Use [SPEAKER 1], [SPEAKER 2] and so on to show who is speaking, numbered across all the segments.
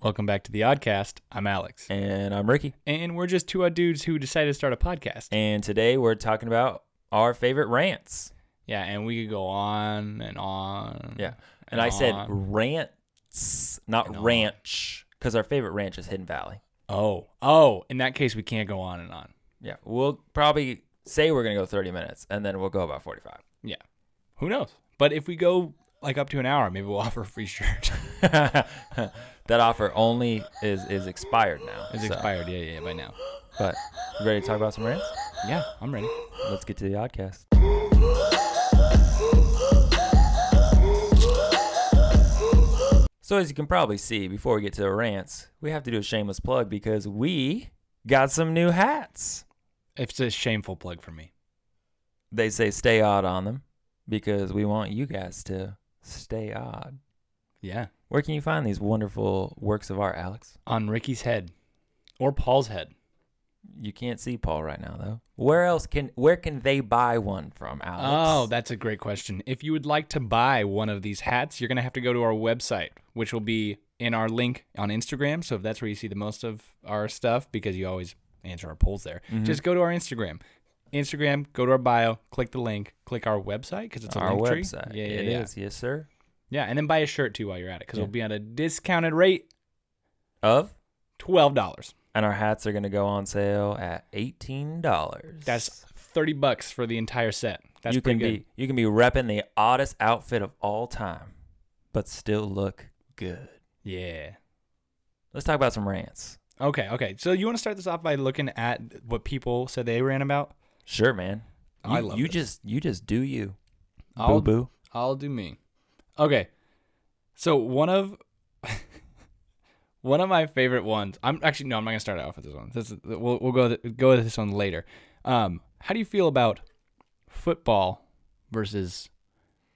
[SPEAKER 1] Welcome back to the Oddcast. I'm Alex.
[SPEAKER 2] And I'm Ricky.
[SPEAKER 1] And we're just two odd dudes who decided to start a podcast.
[SPEAKER 2] And today we're talking about our favorite rants.
[SPEAKER 1] Yeah, and we could go on and on.
[SPEAKER 2] Yeah. And I said
[SPEAKER 1] on.
[SPEAKER 2] rants, not
[SPEAKER 1] And on.
[SPEAKER 2] ranch, because our favorite ranch is Hidden Valley.
[SPEAKER 1] Oh, oh, in that case, we can't go on and on.
[SPEAKER 2] Yeah. We'll probably say we're going to go 30 minutes and then we'll go about 45.
[SPEAKER 1] Yeah. Who knows? But if we go like up to an hour, maybe we'll offer a free shirt.
[SPEAKER 2] that offer only is, is expired now.
[SPEAKER 1] it's
[SPEAKER 2] so-
[SPEAKER 1] expired. Yeah, yeah, yeah, by now.
[SPEAKER 2] But you ready to talk about some rants?
[SPEAKER 1] Yeah, I'm ready.
[SPEAKER 2] Let's get to the podcast. So as you can probably see, before we get to the rants, we have to do a shameless plug because we got some new hats.
[SPEAKER 1] It's a shameful plug for me.
[SPEAKER 2] They say stay odd on them because we want you guys to stay odd.
[SPEAKER 1] Yeah.
[SPEAKER 2] Where can you find these wonderful works of art, Alex?
[SPEAKER 1] On Ricky's head or Paul's head.
[SPEAKER 2] You can't see Paul right now though. Where else can where can they buy one from, Alex?
[SPEAKER 1] Oh, that's a great question. If you would like to buy one of these hats, you're going to have to go to our website, which will be in our link on Instagram. So if that's where you see the most of our stuff, because you always answer our polls there,
[SPEAKER 2] Mm-hmm.
[SPEAKER 1] just go to our Instagram. Instagram, go to our bio, click the link, click our website because it's a
[SPEAKER 2] our
[SPEAKER 1] link tree.
[SPEAKER 2] website.
[SPEAKER 1] Yeah, yeah,
[SPEAKER 2] It
[SPEAKER 1] yeah.
[SPEAKER 2] is, yes, sir.
[SPEAKER 1] Yeah, and then buy a shirt too while you're at it because
[SPEAKER 2] Yeah.
[SPEAKER 1] it'll be at a discounted rate,
[SPEAKER 2] Of
[SPEAKER 1] twelve dollars.
[SPEAKER 2] and our hats are going to go on sale at eighteen dollars.
[SPEAKER 1] That's thirty bucks for the entire set. That's
[SPEAKER 2] you
[SPEAKER 1] pretty
[SPEAKER 2] can
[SPEAKER 1] good.
[SPEAKER 2] be you can be repping the oddest outfit of all time, but still look good.
[SPEAKER 1] Yeah.
[SPEAKER 2] Let's talk about some rants.
[SPEAKER 1] Okay. Okay. So you want to start this off by looking at what people said they ran about?
[SPEAKER 2] Sure, man. You,
[SPEAKER 1] I love
[SPEAKER 2] you
[SPEAKER 1] this.
[SPEAKER 2] just you just do you.
[SPEAKER 1] I'll-
[SPEAKER 2] Boo boo.
[SPEAKER 1] I'll do me. Okay. So one of one of my favorite ones. I'm actually no, I'm not gonna start off with this one. This is, we'll we'll go th- go with this one later. Um, how do you feel about football versus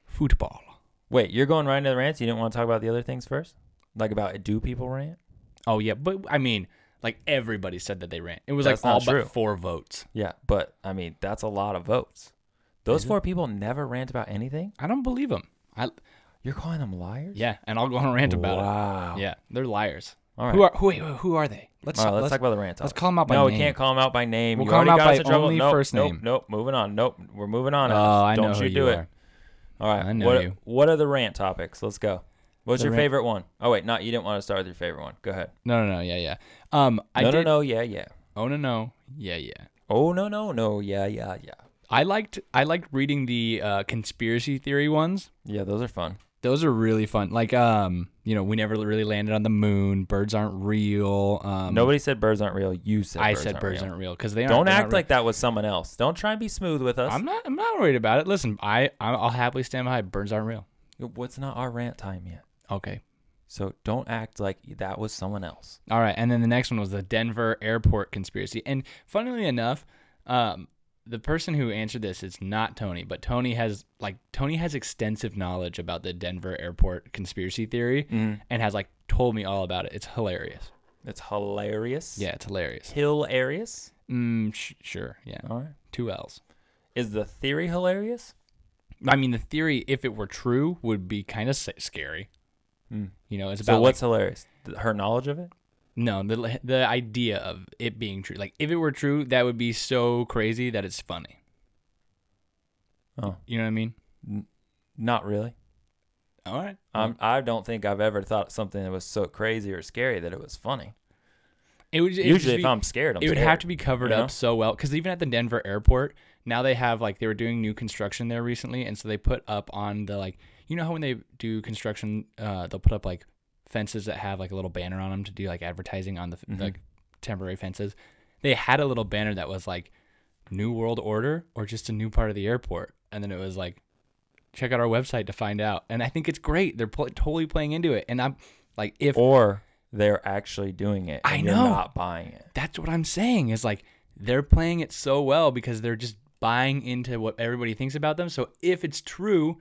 [SPEAKER 1] football?
[SPEAKER 2] Wait, you're going right into the rants. You didn't want to talk about the other things first, like about do people rant?
[SPEAKER 1] Oh yeah, but I mean, like everybody said that they ran. It was
[SPEAKER 2] That's
[SPEAKER 1] like
[SPEAKER 2] not
[SPEAKER 1] all
[SPEAKER 2] true.
[SPEAKER 1] but four votes.
[SPEAKER 2] Yeah, but I mean that's a lot of votes. Those
[SPEAKER 1] Is it?
[SPEAKER 2] four people never rant about anything.
[SPEAKER 1] I don't believe them. I
[SPEAKER 2] You're calling them liars?
[SPEAKER 1] yeah, and I'll go on a rant about
[SPEAKER 2] wow.
[SPEAKER 1] it. Yeah, they're liars.
[SPEAKER 2] All right.
[SPEAKER 1] Who are who, wait, wait, who are they? Let's
[SPEAKER 2] All right, let's,
[SPEAKER 1] let's,
[SPEAKER 2] talk about the rants.
[SPEAKER 1] let's
[SPEAKER 2] Alex.
[SPEAKER 1] call 'em out by
[SPEAKER 2] no,
[SPEAKER 1] name.
[SPEAKER 2] we can't call them out by name.
[SPEAKER 1] We'll
[SPEAKER 2] you
[SPEAKER 1] call 'em
[SPEAKER 2] already
[SPEAKER 1] out
[SPEAKER 2] got
[SPEAKER 1] by
[SPEAKER 2] us in trouble.
[SPEAKER 1] only
[SPEAKER 2] nope,
[SPEAKER 1] first
[SPEAKER 2] nope,
[SPEAKER 1] name.
[SPEAKER 2] Nope, moving on. Nope, we're moving on.
[SPEAKER 1] Oh,
[SPEAKER 2] Alex.
[SPEAKER 1] I know
[SPEAKER 2] Don't
[SPEAKER 1] who
[SPEAKER 2] you
[SPEAKER 1] you
[SPEAKER 2] do it.
[SPEAKER 1] are.
[SPEAKER 2] All right.
[SPEAKER 1] I know
[SPEAKER 2] what,
[SPEAKER 1] you.
[SPEAKER 2] What are the rant topics? Let's go. What's
[SPEAKER 1] The
[SPEAKER 2] your
[SPEAKER 1] rant-
[SPEAKER 2] favorite one? Oh wait, not you didn't want to start with your favorite one. Go ahead.
[SPEAKER 1] No, no, no, yeah, yeah. Um, I
[SPEAKER 2] no,
[SPEAKER 1] did,
[SPEAKER 2] no, no, yeah, yeah.
[SPEAKER 1] Oh no no yeah yeah.
[SPEAKER 2] Oh no, no, no, yeah, yeah, yeah.
[SPEAKER 1] I liked I liked reading the uh, conspiracy theory ones.
[SPEAKER 2] Yeah, those are fun.
[SPEAKER 1] Those are really fun. Like um you know we never really landed on the moon. Birds aren't real. Um,
[SPEAKER 2] Nobody said birds aren't real. You said
[SPEAKER 1] I
[SPEAKER 2] birds
[SPEAKER 1] said
[SPEAKER 2] aren't
[SPEAKER 1] birds
[SPEAKER 2] real.
[SPEAKER 1] aren't real because they aren't,
[SPEAKER 2] Don't
[SPEAKER 1] they're not
[SPEAKER 2] act
[SPEAKER 1] real.
[SPEAKER 2] like that was someone else. Don't try and be smooth with us.
[SPEAKER 1] I'm not I'm not worried about it. Listen, I I- I'll happily stand behind birds aren't real.
[SPEAKER 2] What's not our rant time yet?
[SPEAKER 1] Okay.
[SPEAKER 2] So don't act like that was someone else.
[SPEAKER 1] All right, and then the next one was the Denver airport conspiracy. And funnily enough, um, the person who answered this is not Tony, but Tony has like Tony has extensive knowledge about the Denver airport conspiracy theory
[SPEAKER 2] Mm.
[SPEAKER 1] and has like told me all about it. It's hilarious.
[SPEAKER 2] It's hilarious.
[SPEAKER 1] Yeah, it's hilarious.
[SPEAKER 2] Hilarious.
[SPEAKER 1] Mm, sh- sure. Yeah,
[SPEAKER 2] All right.
[SPEAKER 1] two L's.
[SPEAKER 2] Is the theory hilarious?
[SPEAKER 1] I mean, the theory, if it were true, would be kind of scary. You know, it's
[SPEAKER 2] Mm. So
[SPEAKER 1] about like,
[SPEAKER 2] what's hilarious? Th- Her knowledge of it?
[SPEAKER 1] No, the the idea of it being true. Like if it were true, that would be so crazy that it's funny.
[SPEAKER 2] Oh.
[SPEAKER 1] You know what I mean?
[SPEAKER 2] Not really.
[SPEAKER 1] All right.
[SPEAKER 2] Um, I don't think I've ever thought something that was so crazy or scary that it was funny.
[SPEAKER 1] It would it would
[SPEAKER 2] Usually,
[SPEAKER 1] just be,
[SPEAKER 2] if I'm scared, I'm
[SPEAKER 1] it would
[SPEAKER 2] scared.
[SPEAKER 1] have to be covered
[SPEAKER 2] you know?
[SPEAKER 1] up so well because even at the Denver airport now they have like they were doing new construction there recently, and so they put up on the like you know how when they do construction, uh, they'll put up like fences that have like a little banner on them to do like advertising on the f
[SPEAKER 2] Mm-hmm.
[SPEAKER 1] like temporary fences. They had a little banner that was like New World Order or just a new part of the airport, and then it was like check out our website to find out. And I think it's great. They're pl- totally playing into it, and I'm like if
[SPEAKER 2] Or they're actually doing it.
[SPEAKER 1] I
[SPEAKER 2] and you're
[SPEAKER 1] know.
[SPEAKER 2] not buying it.
[SPEAKER 1] that's what I'm saying is like they're playing it so well because they're just buying into what everybody thinks about them. So if it's true,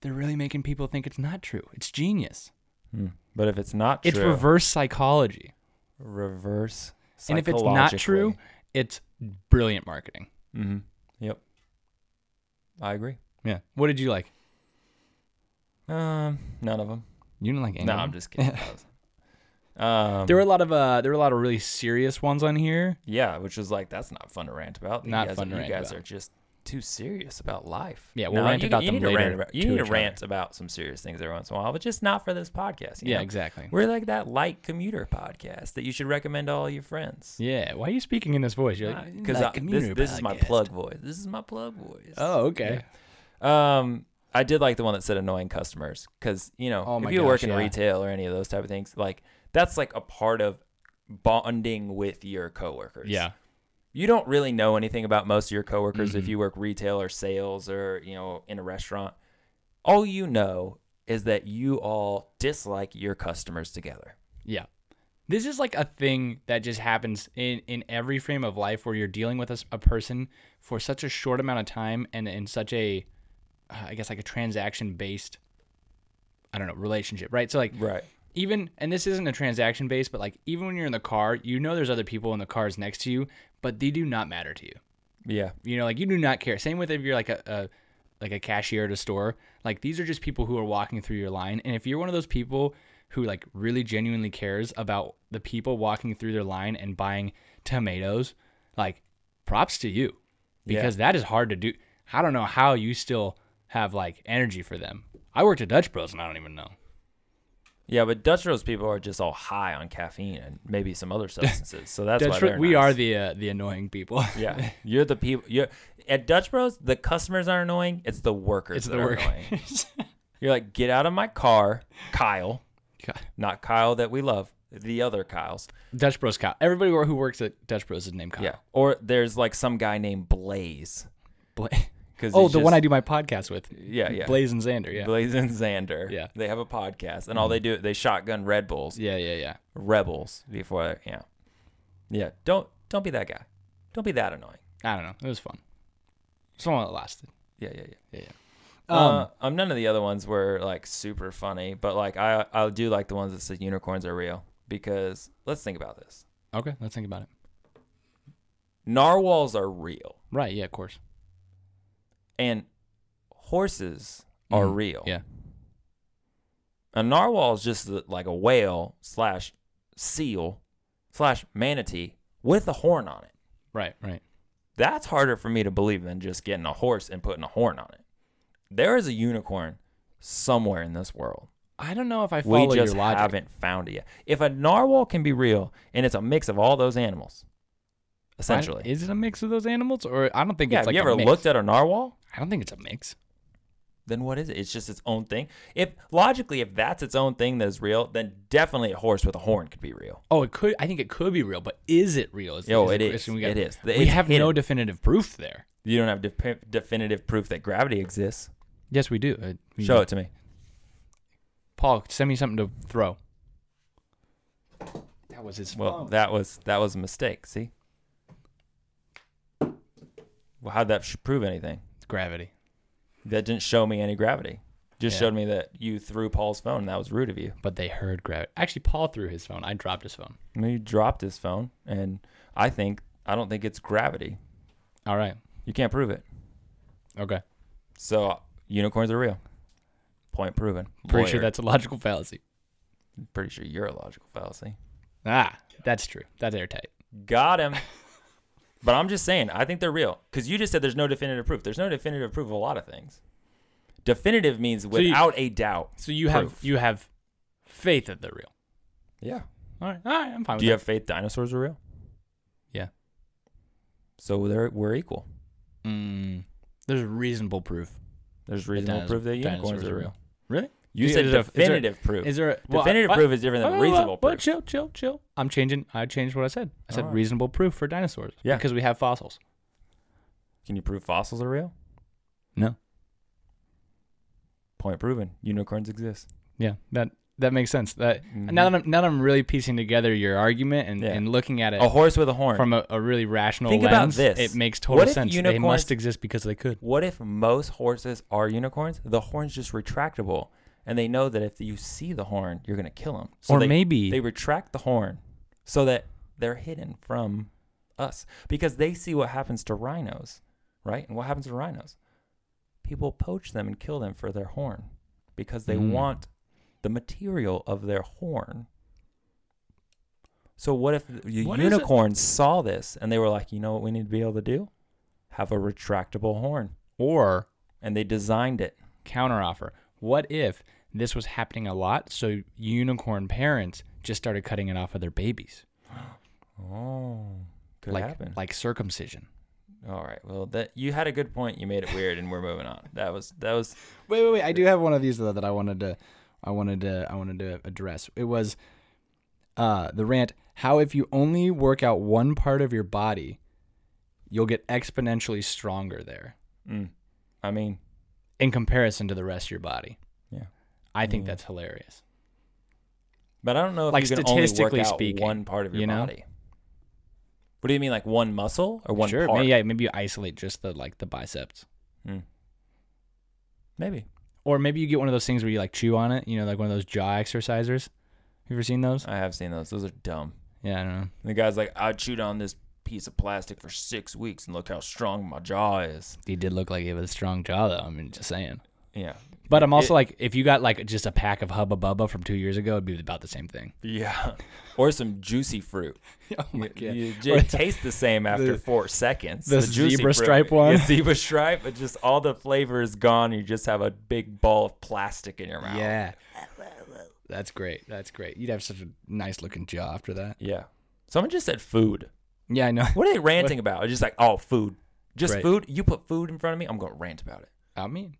[SPEAKER 1] they're really making people think it's not true. It's genius.
[SPEAKER 2] Hmm. But if it's not true,
[SPEAKER 1] It's reverse psychology.
[SPEAKER 2] reverse.
[SPEAKER 1] And if it's not true, it's brilliant marketing.
[SPEAKER 2] mm-hmm. yep, I agree.
[SPEAKER 1] Yeah. What did you like?
[SPEAKER 2] Um, none of them.
[SPEAKER 1] You didn't like any.
[SPEAKER 2] No,
[SPEAKER 1] of
[SPEAKER 2] I'm
[SPEAKER 1] them?
[SPEAKER 2] just kidding. That was- Um,
[SPEAKER 1] There were a lot of uh, there were a lot of really serious ones on here.
[SPEAKER 2] yeah, which was like that's not fun to rant about. You
[SPEAKER 1] Not
[SPEAKER 2] guys,
[SPEAKER 1] fun to
[SPEAKER 2] You
[SPEAKER 1] rant
[SPEAKER 2] guys
[SPEAKER 1] about.
[SPEAKER 2] are just too serious about life.
[SPEAKER 1] Yeah, we'll
[SPEAKER 2] No,
[SPEAKER 1] rant
[SPEAKER 2] you,
[SPEAKER 1] about
[SPEAKER 2] you
[SPEAKER 1] them
[SPEAKER 2] need To rant
[SPEAKER 1] later
[SPEAKER 2] about, you
[SPEAKER 1] to
[SPEAKER 2] need to
[SPEAKER 1] each other.
[SPEAKER 2] rant about some serious things every once in a while, but just not for this podcast. you
[SPEAKER 1] Yeah,
[SPEAKER 2] know?
[SPEAKER 1] exactly.
[SPEAKER 2] We're like that light commuter podcast that you should recommend to all your friends.
[SPEAKER 1] Yeah, why are you speaking in this voice? You're like,
[SPEAKER 2] Because
[SPEAKER 1] "Like
[SPEAKER 2] Uh, this,
[SPEAKER 1] community
[SPEAKER 2] this is my
[SPEAKER 1] podcast."
[SPEAKER 2] plug voice. This is my plug voice.
[SPEAKER 1] Oh, okay.
[SPEAKER 2] Um, I did like the one that said annoying customers because you know
[SPEAKER 1] Oh my
[SPEAKER 2] if you work
[SPEAKER 1] gosh,
[SPEAKER 2] in
[SPEAKER 1] yeah.
[SPEAKER 2] retail or any of those type of things, like that's like a part of bonding with your coworkers.
[SPEAKER 1] Yeah,
[SPEAKER 2] you don't really know anything about most of your coworkers
[SPEAKER 1] Mm-hmm.
[SPEAKER 2] if you work retail or sales or you know in a restaurant. All you know is that you all dislike your customers together.
[SPEAKER 1] yeah. This is like a thing that just happens in in every frame of life where you're dealing with a, s- a person for such a short amount of time and in such a, uh, I guess like a transaction based, I don't know, relationship, right? So like,
[SPEAKER 2] Right.
[SPEAKER 1] even and this isn't a transaction based, but like even when you're in the car, you know there's other people in the cars next to you, but they do not matter to you.
[SPEAKER 2] Yeah.
[SPEAKER 1] You know, like you do not care. Same with if you're like a, a like a cashier at a store. Like these are just people who are walking through your line. And if you're one of those people who like really genuinely cares about the people walking through their line and buying tomatoes, like props to you.
[SPEAKER 2] Yeah.
[SPEAKER 1] Because that is hard to do. I don't know how you still have like energy for them. I worked at Dutch Bros and I don't even know.
[SPEAKER 2] Yeah, but Dutch Bros people are just all high on caffeine and maybe some other substances. So that's why
[SPEAKER 1] Dutch Bros,
[SPEAKER 2] they're
[SPEAKER 1] we
[SPEAKER 2] nice.
[SPEAKER 1] are the uh, the annoying people.
[SPEAKER 2] Yeah, you're the people. You're at Dutch Bros. The customers are annoying. It's the workers
[SPEAKER 1] it's
[SPEAKER 2] that
[SPEAKER 1] the
[SPEAKER 2] are
[SPEAKER 1] work.
[SPEAKER 2] annoying. You're like, get out of my car, Kyle. Not Kyle that we love. The other Kyles.
[SPEAKER 1] Dutch Bros Kyle. Everybody who works at Dutch Bros is named Kyle.
[SPEAKER 2] Yeah. Or there's like some guy named Blaze.
[SPEAKER 1] Bla-
[SPEAKER 2] 'Cause
[SPEAKER 1] Oh,
[SPEAKER 2] he's
[SPEAKER 1] the one I
[SPEAKER 2] just-
[SPEAKER 1] do my podcast with.
[SPEAKER 2] Yeah, yeah.
[SPEAKER 1] Blaze and Xander. Yeah.
[SPEAKER 2] Blaze and Xander.
[SPEAKER 1] Yeah. Mm-hmm.
[SPEAKER 2] They have a podcast, and all they do they shotgun Red Bulls,
[SPEAKER 1] yeah, yeah, yeah.
[SPEAKER 2] Rebels before. Yeah. Yeah. Don't don't be that guy. Don't be that annoying.
[SPEAKER 1] I don't know. It was fun. Someone that lasted.
[SPEAKER 2] Yeah. Yeah. Yeah.
[SPEAKER 1] Yeah, yeah.
[SPEAKER 2] Uh, um, none of the other ones were like super funny, but like I, I do like the ones that said unicorns are real because let's think about this.
[SPEAKER 1] Okay, let's think about it.
[SPEAKER 2] Narwhals are real
[SPEAKER 1] Right. Yeah, of course.
[SPEAKER 2] and horses are
[SPEAKER 1] Mhm,
[SPEAKER 2] real.
[SPEAKER 1] Yeah.
[SPEAKER 2] A narwhal is just the- like a whale slash seal slash manatee with a horn on it.
[SPEAKER 1] Right. Right.
[SPEAKER 2] That's harder for me to believe than just getting a horse and putting a horn on it. There is a unicorn somewhere in this world.
[SPEAKER 1] I don't know if I follow
[SPEAKER 2] we just
[SPEAKER 1] your logic.
[SPEAKER 2] haven't found it yet. If a narwhal can be real, and it's a mix of all those animals,
[SPEAKER 1] I-
[SPEAKER 2] essentially.
[SPEAKER 1] is it a mix of those animals, or I don't think
[SPEAKER 2] yeah,
[SPEAKER 1] it's
[SPEAKER 2] have
[SPEAKER 1] like
[SPEAKER 2] you
[SPEAKER 1] a
[SPEAKER 2] ever
[SPEAKER 1] mix.
[SPEAKER 2] looked at a narwhal?
[SPEAKER 1] I don't think it's a mix.
[SPEAKER 2] Then what is it? It's just its own thing. If logically, if that's its own thing that is real, then definitely a horse with a horn could be real.
[SPEAKER 1] Oh, it could. I think it could be real, but is it real? Is,
[SPEAKER 2] Oh,
[SPEAKER 1] is
[SPEAKER 2] it
[SPEAKER 1] the
[SPEAKER 2] is.
[SPEAKER 1] question we got-
[SPEAKER 2] It is.
[SPEAKER 1] We
[SPEAKER 2] It's
[SPEAKER 1] have no
[SPEAKER 2] hidden.
[SPEAKER 1] definitive proof there.
[SPEAKER 2] You don't have de- definitive proof that gravity exists.
[SPEAKER 1] Yes, we do. Uh, we-
[SPEAKER 2] Show it to me.
[SPEAKER 1] Paul, send me something to throw. That was his
[SPEAKER 2] Well, that was that was a mistake. See. Well, how'd that sh- prove anything?
[SPEAKER 1] gravity.
[SPEAKER 2] That didn't show me any gravity. Just
[SPEAKER 1] Yeah.
[SPEAKER 2] showed me that you threw Paul's phone. And that was rude of you.
[SPEAKER 1] But they heard gravity. Actually, Paul threw his phone. I dropped his phone.
[SPEAKER 2] I mean, He dropped his phone, and I think I don't think it's gravity.
[SPEAKER 1] All right.
[SPEAKER 2] You can't prove it.
[SPEAKER 1] Okay.
[SPEAKER 2] So unicorns are real. Point proven.
[SPEAKER 1] Pretty sure
[SPEAKER 2] Lawyer.
[SPEAKER 1] that's a logical fallacy.
[SPEAKER 2] pretty sure you're a logical fallacy.
[SPEAKER 1] Ah, that's true. That's airtight.
[SPEAKER 2] Got him. but I'm just saying, I think they're real because you just said there's no definitive proof. There's no definitive proof of a lot of things. Definitive means
[SPEAKER 1] you-
[SPEAKER 2] without a doubt.
[SPEAKER 1] So you have
[SPEAKER 2] Proof.
[SPEAKER 1] you have faith that they're real.
[SPEAKER 2] Yeah.
[SPEAKER 1] All right. All right. I'm fine with
[SPEAKER 2] Do you
[SPEAKER 1] that.
[SPEAKER 2] have faith dinosaurs are real?
[SPEAKER 1] Yeah.
[SPEAKER 2] So they're we're equal.
[SPEAKER 1] Mm, there's reasonable proof.
[SPEAKER 2] There's reasonable
[SPEAKER 1] dinos-
[SPEAKER 2] proof that unicorns
[SPEAKER 1] dinosaurs
[SPEAKER 2] are
[SPEAKER 1] are
[SPEAKER 2] real.
[SPEAKER 1] real. Really?
[SPEAKER 2] You
[SPEAKER 1] Is
[SPEAKER 2] said
[SPEAKER 1] there- is there-
[SPEAKER 2] definitive proof.
[SPEAKER 1] Is there a well, I-
[SPEAKER 2] definitive
[SPEAKER 1] I-
[SPEAKER 2] proof is different than
[SPEAKER 1] Whoa, whoa, whoa,
[SPEAKER 2] reasonable
[SPEAKER 1] whoa,
[SPEAKER 2] proof.
[SPEAKER 1] Chill, chill, chill. I'm changing. I changed what I said. I said
[SPEAKER 2] All right.
[SPEAKER 1] reasonable proof for dinosaurs.
[SPEAKER 2] Yeah.
[SPEAKER 1] Because we have fossils.
[SPEAKER 2] Can you prove fossils are real?
[SPEAKER 1] No.
[SPEAKER 2] Point proven. Unicorns exist.
[SPEAKER 1] Yeah. That that makes sense. That now that I'm now that I'm really piecing together your argument and,
[SPEAKER 2] Yeah.
[SPEAKER 1] and looking at it
[SPEAKER 2] A horse with a horn.
[SPEAKER 1] from a, a really rational
[SPEAKER 2] Think about
[SPEAKER 1] lens,
[SPEAKER 2] this.
[SPEAKER 1] it makes total
[SPEAKER 2] What if
[SPEAKER 1] sense. They
[SPEAKER 2] unicorns-
[SPEAKER 1] must exist because they could.
[SPEAKER 2] what if most horses are unicorns? The horn's just retractable, and they know that if you see the horn, you're gonna kill them.
[SPEAKER 1] or
[SPEAKER 2] they,
[SPEAKER 1] maybe
[SPEAKER 2] they retract the horn so that they're hidden from us because they see what happens to rhinos, right? And what happens to rhinos? People poach them and kill them for their horn because they
[SPEAKER 1] Mm.
[SPEAKER 2] want the material of their horn. So what if the
[SPEAKER 1] What is it-
[SPEAKER 2] unicorns saw this and they were like, you know what we need to be able to do? Have a retractable horn.
[SPEAKER 1] Or
[SPEAKER 2] And they designed it.
[SPEAKER 1] counteroffer. What if this was happening a lot? So unicorn parents just started cutting it off of their babies,
[SPEAKER 2] Oh, could
[SPEAKER 1] like
[SPEAKER 2] happen.
[SPEAKER 1] like circumcision.
[SPEAKER 2] All right. Well, that you had a good point. You made it weird, and we're moving on. That was that was
[SPEAKER 1] Wait, wait, wait. I do have one of these though that I wanted to, I wanted to, I wanted to address. It was, uh, the rant. How if you only work out one part of your body, you'll get exponentially stronger there
[SPEAKER 2] Mm. I mean,
[SPEAKER 1] in comparison to the rest of your body.
[SPEAKER 2] Yeah.
[SPEAKER 1] I think that's hilarious.
[SPEAKER 2] but I don't know if
[SPEAKER 1] Like,
[SPEAKER 2] you can only work
[SPEAKER 1] statistically
[SPEAKER 2] out
[SPEAKER 1] speaking,
[SPEAKER 2] one part of your
[SPEAKER 1] you know?
[SPEAKER 2] body. What do you mean, like one muscle or one
[SPEAKER 1] sure,
[SPEAKER 2] part?
[SPEAKER 1] maybe yeah, maybe you isolate just the like the biceps.
[SPEAKER 2] Maybe.
[SPEAKER 1] Or maybe you get one of those things where you like chew on it, you know, like one of those jaw exercisers. You ever seen those?
[SPEAKER 2] I have seen those. Those are dumb.
[SPEAKER 1] Yeah, I don't know.
[SPEAKER 2] And the guy's like, I chewed on this piece of plastic for six weeks, and look how strong my jaw is.
[SPEAKER 1] He did look like he had a strong jaw though. I mean, just saying.
[SPEAKER 2] Yeah.
[SPEAKER 1] But I'm also like, if you got like just a pack of Hubba Bubba from two years ago, it'd be about the same thing.
[SPEAKER 2] Yeah. or some juicy fruit.
[SPEAKER 1] Oh my
[SPEAKER 2] You,
[SPEAKER 1] God.
[SPEAKER 2] you j- taste the same after
[SPEAKER 1] the-
[SPEAKER 2] four seconds.
[SPEAKER 1] the
[SPEAKER 2] juicy
[SPEAKER 1] zebra
[SPEAKER 2] fruit.
[SPEAKER 1] stripe one?
[SPEAKER 2] Yeah, zebra stripe, but just all the flavor is gone. You just have a big ball of plastic in your mouth.
[SPEAKER 1] Yeah. That's great. That's great. You'd have such a nice looking jaw after that.
[SPEAKER 2] Yeah. Someone just said food.
[SPEAKER 1] Yeah, I know.
[SPEAKER 2] What are they ranting about? It's just like, oh, food. Just
[SPEAKER 1] Right.
[SPEAKER 2] food. You put food in front of me, I'm gonna rant about it.
[SPEAKER 1] I mean,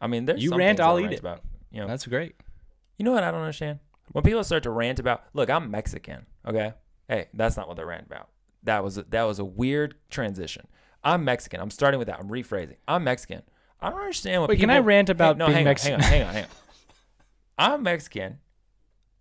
[SPEAKER 2] I mean, there's
[SPEAKER 1] You
[SPEAKER 2] some
[SPEAKER 1] rant,
[SPEAKER 2] things I
[SPEAKER 1] I'll eat
[SPEAKER 2] rant
[SPEAKER 1] it.
[SPEAKER 2] About. You know,
[SPEAKER 1] that's great.
[SPEAKER 2] you know what I don't understand? When people start to rant about, look, I'm Mexican. Okay, hey, that's not what they rant about. That was a, that was a weird transition. I'm Mexican. I'm starting with that. I'm rephrasing. I'm Mexican. I don't understand what.
[SPEAKER 1] Wait,
[SPEAKER 2] people,
[SPEAKER 1] can I rant
[SPEAKER 2] Hey,
[SPEAKER 1] about
[SPEAKER 2] no,
[SPEAKER 1] being
[SPEAKER 2] hang
[SPEAKER 1] Mexican?
[SPEAKER 2] On, hang on, hang on, hang on. I'm Mexican,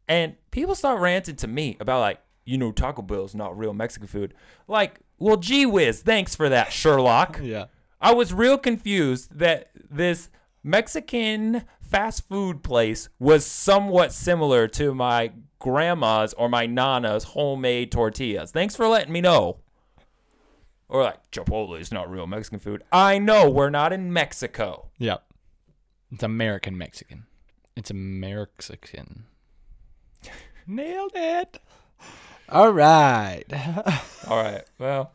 [SPEAKER 2] and people start ranting to me about like, you know, Taco Bell's not real Mexican food. Like, well, gee whiz, thanks for that, Sherlock.
[SPEAKER 1] Yeah.
[SPEAKER 2] I was real confused that this Mexican fast food place was somewhat similar to my grandma's or my nana's homemade tortillas. Thanks for letting me know. Or like Chipotle is not real Mexican food. I know we're not in Mexico.
[SPEAKER 1] Yeah. It's American Mexican. It's American. Nailed it. All right.
[SPEAKER 2] All right. Well,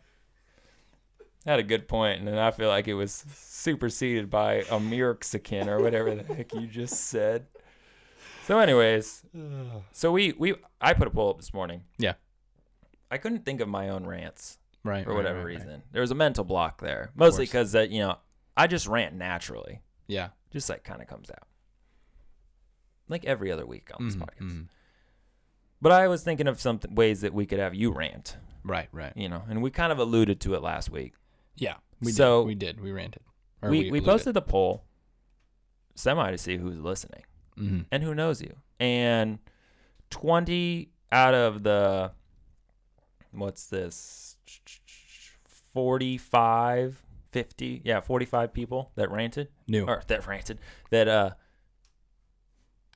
[SPEAKER 2] I had a good point, and then I feel like it was superseded by a Mexican or whatever the heck you just said. So, anyways, so we we I put a poll up this morning.
[SPEAKER 1] Yeah.
[SPEAKER 2] I couldn't think of my own rants
[SPEAKER 1] right.
[SPEAKER 2] for
[SPEAKER 1] right,
[SPEAKER 2] whatever
[SPEAKER 1] right, right.
[SPEAKER 2] reason. There was a mental block there, mostly
[SPEAKER 1] course.
[SPEAKER 2] because that you know I just rant naturally,
[SPEAKER 1] Yeah.
[SPEAKER 2] just like kind of comes out, like every other week on this
[SPEAKER 1] Mhm,
[SPEAKER 2] podcast.
[SPEAKER 1] mhm.
[SPEAKER 2] But I was thinking of some th- ways that we could have you rant,
[SPEAKER 1] Right, right.
[SPEAKER 2] you know, and we kind of alluded to it last week.
[SPEAKER 1] Yeah. We
[SPEAKER 2] So-
[SPEAKER 1] did. we did. We ranted. Or
[SPEAKER 2] we, we
[SPEAKER 1] alluded.
[SPEAKER 2] posted the poll semi to see who's listening
[SPEAKER 1] Mhm.
[SPEAKER 2] and who knows you and 20 out of the what's this 45 50 yeah 45 people that ranted
[SPEAKER 1] New.
[SPEAKER 2] or that ranted that uh,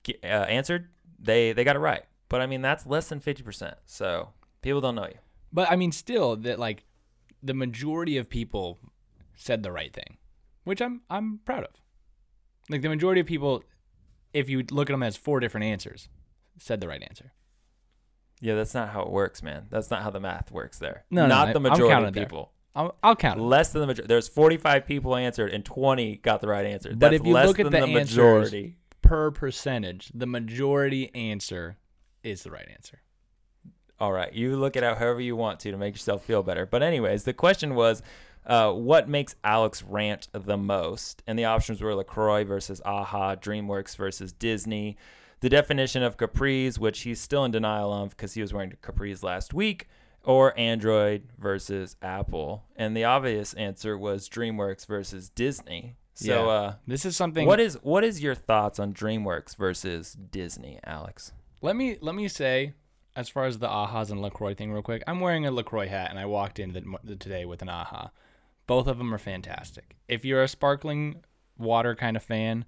[SPEAKER 2] ge- uh answered they they got it right but i mean that's less than 50% so people don't know you
[SPEAKER 1] But I mean, still, that like the majority of people said the right thing, which I'm I'm proud of. Like the majority of people, if you look at them as four different answers, said the right answer.
[SPEAKER 2] yeah that's not how it works man that's not how the math works there
[SPEAKER 1] No, no,
[SPEAKER 2] not
[SPEAKER 1] I-
[SPEAKER 2] the
[SPEAKER 1] I'm
[SPEAKER 2] majority
[SPEAKER 1] counted
[SPEAKER 2] of
[SPEAKER 1] there.
[SPEAKER 2] people
[SPEAKER 1] I'll, I'll count. It.
[SPEAKER 2] Less than the majority. There's 45 people answered, and 20 got the right answer.
[SPEAKER 1] But
[SPEAKER 2] That's
[SPEAKER 1] if you
[SPEAKER 2] less
[SPEAKER 1] look at
[SPEAKER 2] than
[SPEAKER 1] the
[SPEAKER 2] the,
[SPEAKER 1] answers-
[SPEAKER 2] majority.
[SPEAKER 1] Per percentage, the majority answer is the right answer.
[SPEAKER 2] All right, you look it out however you want to to make yourself feel better. But anyways, the question was, uh, what makes Alex rant the most? And the options were Lacroix versus Aha, DreamWorks versus Disney, the definition of capris, which he's still in denial of because he was wearing capris last week, or Android versus Apple. And the obvious answer was DreamWorks versus Disney. So
[SPEAKER 1] Yeah.
[SPEAKER 2] uh,
[SPEAKER 1] This is something.
[SPEAKER 2] What is what is your thoughts on DreamWorks versus Disney, Alex?
[SPEAKER 1] Let me let me say, as far as the ahas and Lacroix thing, real quick. I'm wearing a Lacroix hat, and I walked in the, the, today with an aha. Both of them are fantastic. If you're a sparkling water kind of fan,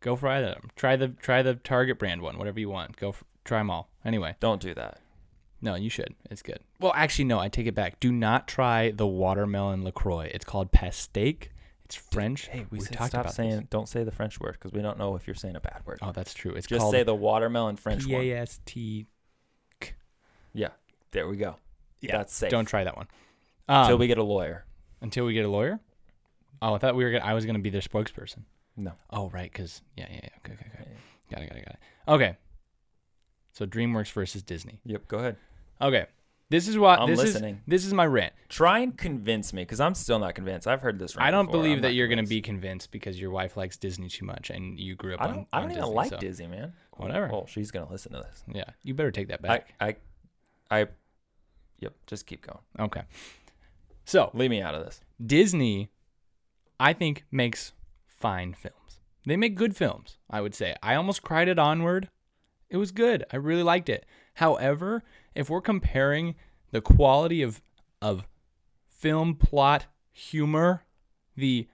[SPEAKER 1] go for either of them. Try the try the Target brand one, whatever you want. Go for, try them all. Anyway,
[SPEAKER 2] Don't do that.
[SPEAKER 1] no, you should. It's good. Well, actually, no, I take it back. Do not try the watermelon Lacroix. It's called Pastèque. It's French.
[SPEAKER 2] Hey, we,
[SPEAKER 1] We've
[SPEAKER 2] said
[SPEAKER 1] talked
[SPEAKER 2] stop
[SPEAKER 1] about
[SPEAKER 2] saying
[SPEAKER 1] this.
[SPEAKER 2] don't say the French word because we don't know if you're saying a bad word.
[SPEAKER 1] Oh, that's true. It's
[SPEAKER 2] Just
[SPEAKER 1] called
[SPEAKER 2] say the watermelon French
[SPEAKER 1] P
[SPEAKER 2] one.
[SPEAKER 1] A S T.
[SPEAKER 2] Yeah. There we go.
[SPEAKER 1] Yeah,
[SPEAKER 2] That's safe.
[SPEAKER 1] Don't try that one. Um,
[SPEAKER 2] Until we get a lawyer.
[SPEAKER 1] until we get a lawyer. Oh, I thought we were. Gonna, I was gonna be their spokesperson.
[SPEAKER 2] No.
[SPEAKER 1] Oh, right. Because yeah, yeah, yeah. Okay, okay, okay. Got it, got it, got it. Okay. So DreamWorks versus Disney.
[SPEAKER 2] Yep. Go ahead.
[SPEAKER 1] Okay. This is what
[SPEAKER 2] I'm
[SPEAKER 1] this
[SPEAKER 2] listening.
[SPEAKER 1] is. This is my rant.
[SPEAKER 2] Try and convince me because I'm still not convinced. I've heard this. rant
[SPEAKER 1] I don't
[SPEAKER 2] before.
[SPEAKER 1] believe
[SPEAKER 2] I'm
[SPEAKER 1] that
[SPEAKER 2] not
[SPEAKER 1] you're going to
[SPEAKER 2] convinced.
[SPEAKER 1] be convinced because your wife likes Disney too much and you grew up
[SPEAKER 2] I
[SPEAKER 1] on
[SPEAKER 2] don't.
[SPEAKER 1] on
[SPEAKER 2] I don't even
[SPEAKER 1] Disney,
[SPEAKER 2] like
[SPEAKER 1] so-
[SPEAKER 2] Disney, man.
[SPEAKER 1] Whatever.
[SPEAKER 2] Well, she's gonna listen to this.
[SPEAKER 1] Yeah. You better take that
[SPEAKER 2] I,
[SPEAKER 1] back.
[SPEAKER 2] I, I. Yep. Just keep going.
[SPEAKER 1] okay. So,
[SPEAKER 2] Leave me out of this.
[SPEAKER 1] Disney I think makes fine films. They make good films, I would say. I almost cried at Onward. It was good. I really liked it. However, if we're comparing the quality of of film plot, humor, the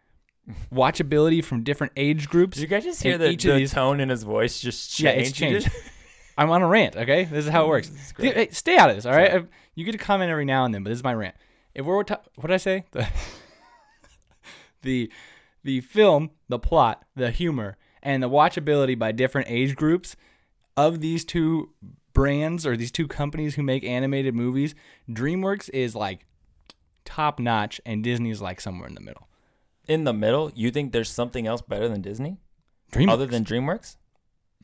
[SPEAKER 1] watchability from different age groups,
[SPEAKER 2] Did you guys just
[SPEAKER 1] In
[SPEAKER 2] hear the,
[SPEAKER 1] each of
[SPEAKER 2] the
[SPEAKER 1] these-
[SPEAKER 2] tone in his voice just change?
[SPEAKER 1] Yeah, it's
[SPEAKER 2] You just-
[SPEAKER 1] I'm on a rant, okay? This is how it works.
[SPEAKER 2] Mm, It's
[SPEAKER 1] Dude,
[SPEAKER 2] great.
[SPEAKER 1] hey, stay out of this, all right? I- You get a comment every now and then, but this is my rant. If we're ta- what did I say? The, the the film, the plot, the humor, and the watchability by different age groups of these two brands or these two companies who make animated movies, DreamWorks is like top notch and Disney's like somewhere in the middle.
[SPEAKER 2] in the middle, you think there's something else better than Disney
[SPEAKER 1] DreamWorks.
[SPEAKER 2] other than DreamWorks?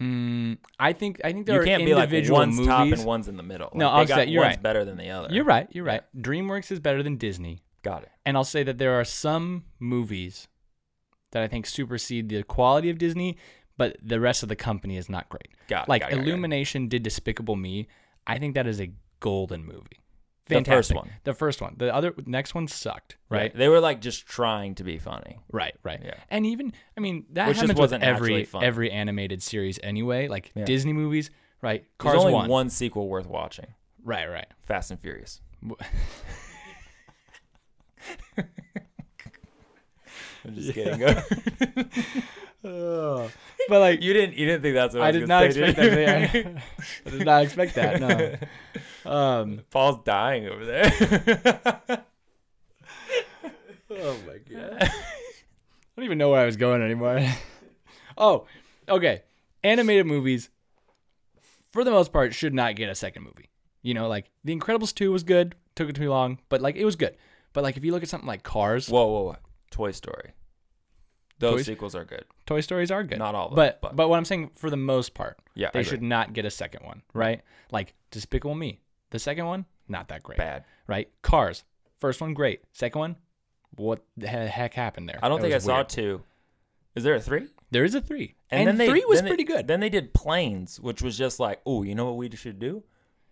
[SPEAKER 1] mm, I think I think there
[SPEAKER 2] You
[SPEAKER 1] are
[SPEAKER 2] can't be like
[SPEAKER 1] individual
[SPEAKER 2] one's
[SPEAKER 1] movies.
[SPEAKER 2] top and one's in the middle.
[SPEAKER 1] No,
[SPEAKER 2] like,
[SPEAKER 1] I'll
[SPEAKER 2] they got
[SPEAKER 1] say- you're
[SPEAKER 2] one's
[SPEAKER 1] right.
[SPEAKER 2] better than the other.
[SPEAKER 1] You're right. You're right. DreamWorks is better than Disney.
[SPEAKER 2] Got it.
[SPEAKER 1] And I'll say that there are some movies that I think supersede the quality of Disney, but the rest of the company is not great.
[SPEAKER 2] Got it.
[SPEAKER 1] like
[SPEAKER 2] got it, got it, got it.
[SPEAKER 1] Illumination did Despicable Me. I think that is a golden movie.
[SPEAKER 2] The first
[SPEAKER 1] Fantastic.
[SPEAKER 2] one.
[SPEAKER 1] The first one. The other next one sucked. Right.
[SPEAKER 2] They were like just trying to be funny.
[SPEAKER 1] Right, right.
[SPEAKER 2] Yeah.
[SPEAKER 1] And even I mean that
[SPEAKER 2] Which just
[SPEAKER 1] happens
[SPEAKER 2] wasn't
[SPEAKER 1] with
[SPEAKER 2] actually
[SPEAKER 1] every
[SPEAKER 2] fun.
[SPEAKER 1] every animated series anyway. Like
[SPEAKER 2] Yeah.
[SPEAKER 1] Disney movies, right? Cars
[SPEAKER 2] There's only
[SPEAKER 1] one.
[SPEAKER 2] one sequel worth watching.
[SPEAKER 1] Right, right.
[SPEAKER 2] Fast and Furious. I'm just kidding.
[SPEAKER 1] But like
[SPEAKER 2] you didn't. You didn't think that's what I,
[SPEAKER 1] I
[SPEAKER 2] was
[SPEAKER 1] did not
[SPEAKER 2] gonna say,
[SPEAKER 1] expect
[SPEAKER 2] did you?
[SPEAKER 1] that. yeah. I did not expect that. No. Um,
[SPEAKER 2] Paul's dying over there.
[SPEAKER 1] oh my god. I don't even know where I was going anymore. oh, okay. Animated movies, for the most part, should not get a second movie. You know, like The Incredibles 2 was good, took it too long, but like it was good. But like if you look at something like Cars,
[SPEAKER 2] whoa, whoa, whoa! Toy Story. Those
[SPEAKER 1] Toy-
[SPEAKER 2] sequels are good.
[SPEAKER 1] Toy Stories are good.
[SPEAKER 2] Not all of them,
[SPEAKER 1] but,
[SPEAKER 2] but-
[SPEAKER 1] but what I'm saying for the most part,
[SPEAKER 2] Yeah, I
[SPEAKER 1] they
[SPEAKER 2] agree.
[SPEAKER 1] should not get a second one, right? Like Despicable Me, the second one, not that great,
[SPEAKER 2] Bad.
[SPEAKER 1] right? Cars, first one great, second one, what the he- heck happened there?
[SPEAKER 2] I don't
[SPEAKER 1] That
[SPEAKER 2] think I
[SPEAKER 1] was
[SPEAKER 2] saw
[SPEAKER 1] weird.
[SPEAKER 2] two. Is there a three?
[SPEAKER 1] There is a three, and, three was
[SPEAKER 2] then they-
[SPEAKER 1] pretty good.
[SPEAKER 2] Then they did planes, which was just like, oh, you know what we should do?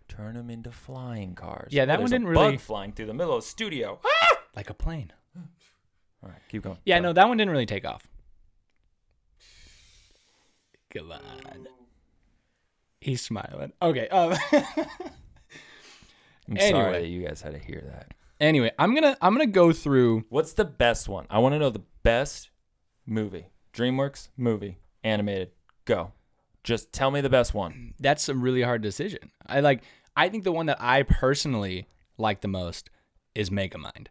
[SPEAKER 2] Turn them into flying cars.
[SPEAKER 1] Yeah,
[SPEAKER 2] Oh,
[SPEAKER 1] that one
[SPEAKER 2] there's a
[SPEAKER 1] didn't
[SPEAKER 2] bug
[SPEAKER 1] really-
[SPEAKER 2] flying through the middle of the studio. Ah!
[SPEAKER 1] like a plane.
[SPEAKER 2] All right, keep going.
[SPEAKER 1] Yeah,
[SPEAKER 2] Sorry.
[SPEAKER 1] no, that one didn't really take off. Come on. He's smiling. Okay. Um,
[SPEAKER 2] I'm
[SPEAKER 1] anyway.
[SPEAKER 2] sorry that you guys had to hear that.
[SPEAKER 1] anyway, I'm gonna I'm gonna go through.
[SPEAKER 2] What's the best one? I want to know the best movie. DreamWorks movie, animated. Go. Just tell me the best one.
[SPEAKER 1] That's a really hard decision. I like. I think the one that I personally like the most is Megamind.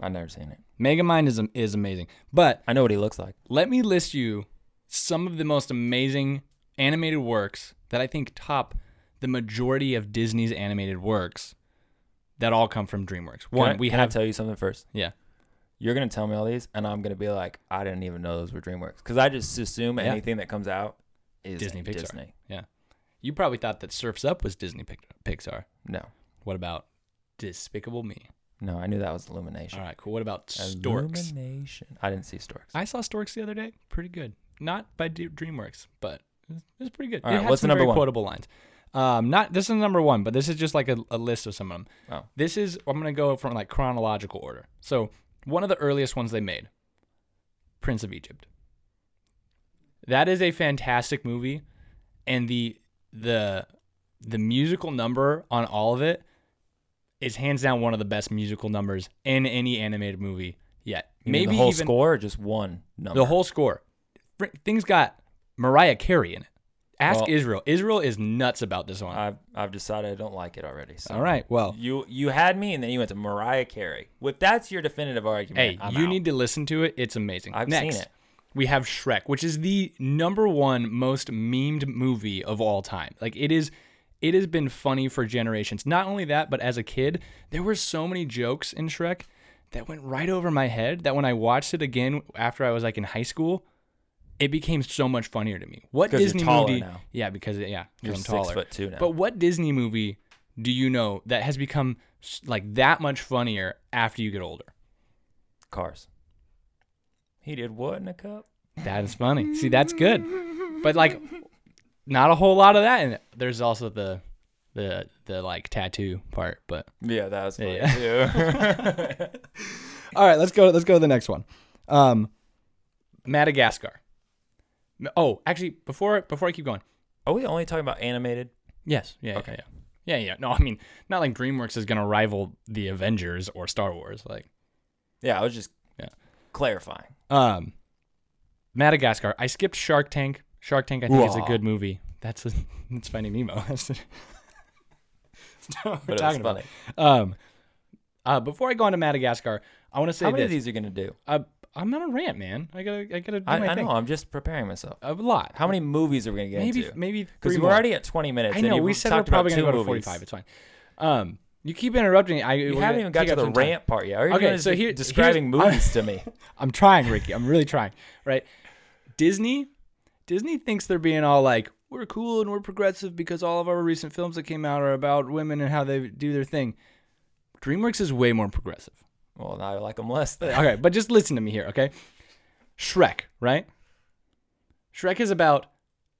[SPEAKER 2] I've never seen it.
[SPEAKER 1] Megamind is am- is amazing. But
[SPEAKER 2] I know what he looks like.
[SPEAKER 1] let me list you some of the most amazing animated works that I think top the majority of Disney's animated works that all come from DreamWorks.
[SPEAKER 2] Can
[SPEAKER 1] One,
[SPEAKER 2] I-
[SPEAKER 1] we
[SPEAKER 2] can
[SPEAKER 1] have
[SPEAKER 2] I tell you something first.
[SPEAKER 1] yeah.
[SPEAKER 2] You're gonna tell me all these, and I'm gonna be like, I didn't even know those were DreamWorks, because I just assume anything that comes out is
[SPEAKER 1] Disney, Pixar.
[SPEAKER 2] Disney.
[SPEAKER 1] Yeah. You probably thought that Surf's Up was Disney Pic- Pixar.
[SPEAKER 2] No,
[SPEAKER 1] What about Despicable Me?
[SPEAKER 2] no, I knew that was Illumination.
[SPEAKER 1] All right, cool. What about Storks?
[SPEAKER 2] Illumination. I didn't see Storks.
[SPEAKER 1] I saw Storks the other day. Pretty good. Not by D- DreamWorks, but it was- it was pretty good.
[SPEAKER 2] All
[SPEAKER 1] it
[SPEAKER 2] right,
[SPEAKER 1] had
[SPEAKER 2] what's the
[SPEAKER 1] some
[SPEAKER 2] number
[SPEAKER 1] very
[SPEAKER 2] one?
[SPEAKER 1] quotable lines. Um, not this is number one, but this is just like a, a list of some of them.
[SPEAKER 2] Oh.
[SPEAKER 1] This is I'm gonna go from like chronological order. So one of the earliest ones they made, Prince of Egypt. That is a fantastic movie, and the the the musical number on all of it is hands down one of the best musical numbers in any animated movie yet.
[SPEAKER 2] You mean
[SPEAKER 1] Maybe
[SPEAKER 2] the whole
[SPEAKER 1] even
[SPEAKER 2] score, or just one number.
[SPEAKER 1] the whole score. Fr- Things got Mariah Carey in it. Ask
[SPEAKER 2] Well-
[SPEAKER 1] Israel. Israel is nuts about this one.
[SPEAKER 2] I've I've decided I don't like it already. So
[SPEAKER 1] All right. Well,
[SPEAKER 2] you you had me, and then you went to Mariah Carey. If that's your definitive argument,
[SPEAKER 1] hey,
[SPEAKER 2] I'm
[SPEAKER 1] you
[SPEAKER 2] out.
[SPEAKER 1] need to listen to it. It's amazing.
[SPEAKER 2] I've seen
[SPEAKER 1] Next,
[SPEAKER 2] it.
[SPEAKER 1] we have Shrek, which is the number one most memed movie of all time. Like it is it has been funny for generations. Not only that, but as a kid, there were so many jokes in Shrek that went right over my head that when I watched it again after I was like in high school, it became so much funnier to me. What
[SPEAKER 2] 'Cause you're
[SPEAKER 1] Disney
[SPEAKER 2] taller
[SPEAKER 1] movie?
[SPEAKER 2] now.
[SPEAKER 1] Yeah, because yeah, 'cause
[SPEAKER 2] You're
[SPEAKER 1] I'm
[SPEAKER 2] six
[SPEAKER 1] taller.
[SPEAKER 2] foot two now.
[SPEAKER 1] But what Disney movie do you know that has become s- like that much funnier after you get older?
[SPEAKER 2] Cars. He did what in a cup?
[SPEAKER 1] That is funny. See, that's good. But like not a whole lot of that in it. There's also the the the like tattoo part, but
[SPEAKER 2] Yeah, that was funny
[SPEAKER 1] Yeah.
[SPEAKER 2] too.
[SPEAKER 1] All right, let's go let's go to the next one. Um Madagascar. M- Oh, actually before before I keep going.
[SPEAKER 2] Are we only talking about animated?
[SPEAKER 1] Yes. Yeah. Okay. Yeah. Yeah, yeah. No, I mean, not like DreamWorks is gonna rival the Avengers or Star Wars. Like,
[SPEAKER 2] Yeah, I was just
[SPEAKER 1] Yeah.
[SPEAKER 2] clarifying.
[SPEAKER 1] um, Madagascar. I skipped Shark Tank. Shark Tank, I think, is a
[SPEAKER 2] Whoa.
[SPEAKER 1] good movie. That's a, it's Finding Nemo. That's, the- that's what we're
[SPEAKER 2] But it was
[SPEAKER 1] talking
[SPEAKER 2] funny.
[SPEAKER 1] about. Um, uh, before I go on to Madagascar, I want to say
[SPEAKER 2] How many
[SPEAKER 1] this.
[SPEAKER 2] of these are you gonna do?
[SPEAKER 1] uh, I'm on a rant, man. I gotta, I gotta do
[SPEAKER 2] I,
[SPEAKER 1] my
[SPEAKER 2] I
[SPEAKER 1] thing.
[SPEAKER 2] know. I'm just preparing myself.
[SPEAKER 1] A lot.
[SPEAKER 2] How many movies are we gonna get
[SPEAKER 1] Maybe,
[SPEAKER 2] into?
[SPEAKER 1] maybe
[SPEAKER 2] Because
[SPEAKER 1] three
[SPEAKER 2] we're
[SPEAKER 1] more.
[SPEAKER 2] already at 20 minutes.
[SPEAKER 1] I
[SPEAKER 2] and
[SPEAKER 1] know.
[SPEAKER 2] you've
[SPEAKER 1] We said we're
[SPEAKER 2] talked
[SPEAKER 1] probably
[SPEAKER 2] about
[SPEAKER 1] gonna go
[SPEAKER 2] two
[SPEAKER 1] to
[SPEAKER 2] movies.
[SPEAKER 1] 45. It's fine. Um, you keep interrupting. me. I
[SPEAKER 2] You haven't even got to the
[SPEAKER 1] rant.
[SPEAKER 2] rant part yet. Are you
[SPEAKER 1] Okay,
[SPEAKER 2] gonna
[SPEAKER 1] so
[SPEAKER 2] be
[SPEAKER 1] here-
[SPEAKER 2] describing
[SPEAKER 1] here's-
[SPEAKER 2] movies to me.
[SPEAKER 1] I'm trying, Ricky. I'm really trying. Right? Disney, Disney thinks they're being all like, we're cool and we're progressive because all of our recent films that came out are about women and how they do their thing. DreamWorks is way more progressive.
[SPEAKER 2] Well, now I like them less. Then.
[SPEAKER 1] Okay, but just listen to me here, okay? Shrek, right? Shrek is about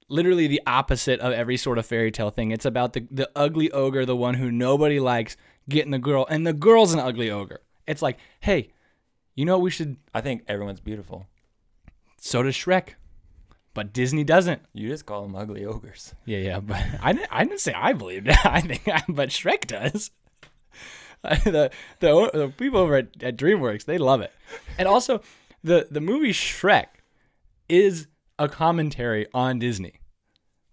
[SPEAKER 1] literally the opposite of every sort of fairy tale thing. It's about the, the ugly ogre, the one who nobody likes, getting the girl, and the girl's an ugly ogre. It's like, hey, you know what we should
[SPEAKER 2] I think everyone's beautiful.
[SPEAKER 1] So does Shrek. But Disney doesn't.
[SPEAKER 2] You just call them ugly ogres.
[SPEAKER 1] Yeah, yeah. But I didn't, I didn't say I believed it. I think, I, but Shrek does. the, the the people over at, at DreamWorks they love it, and also the the movie Shrek is a commentary on Disney,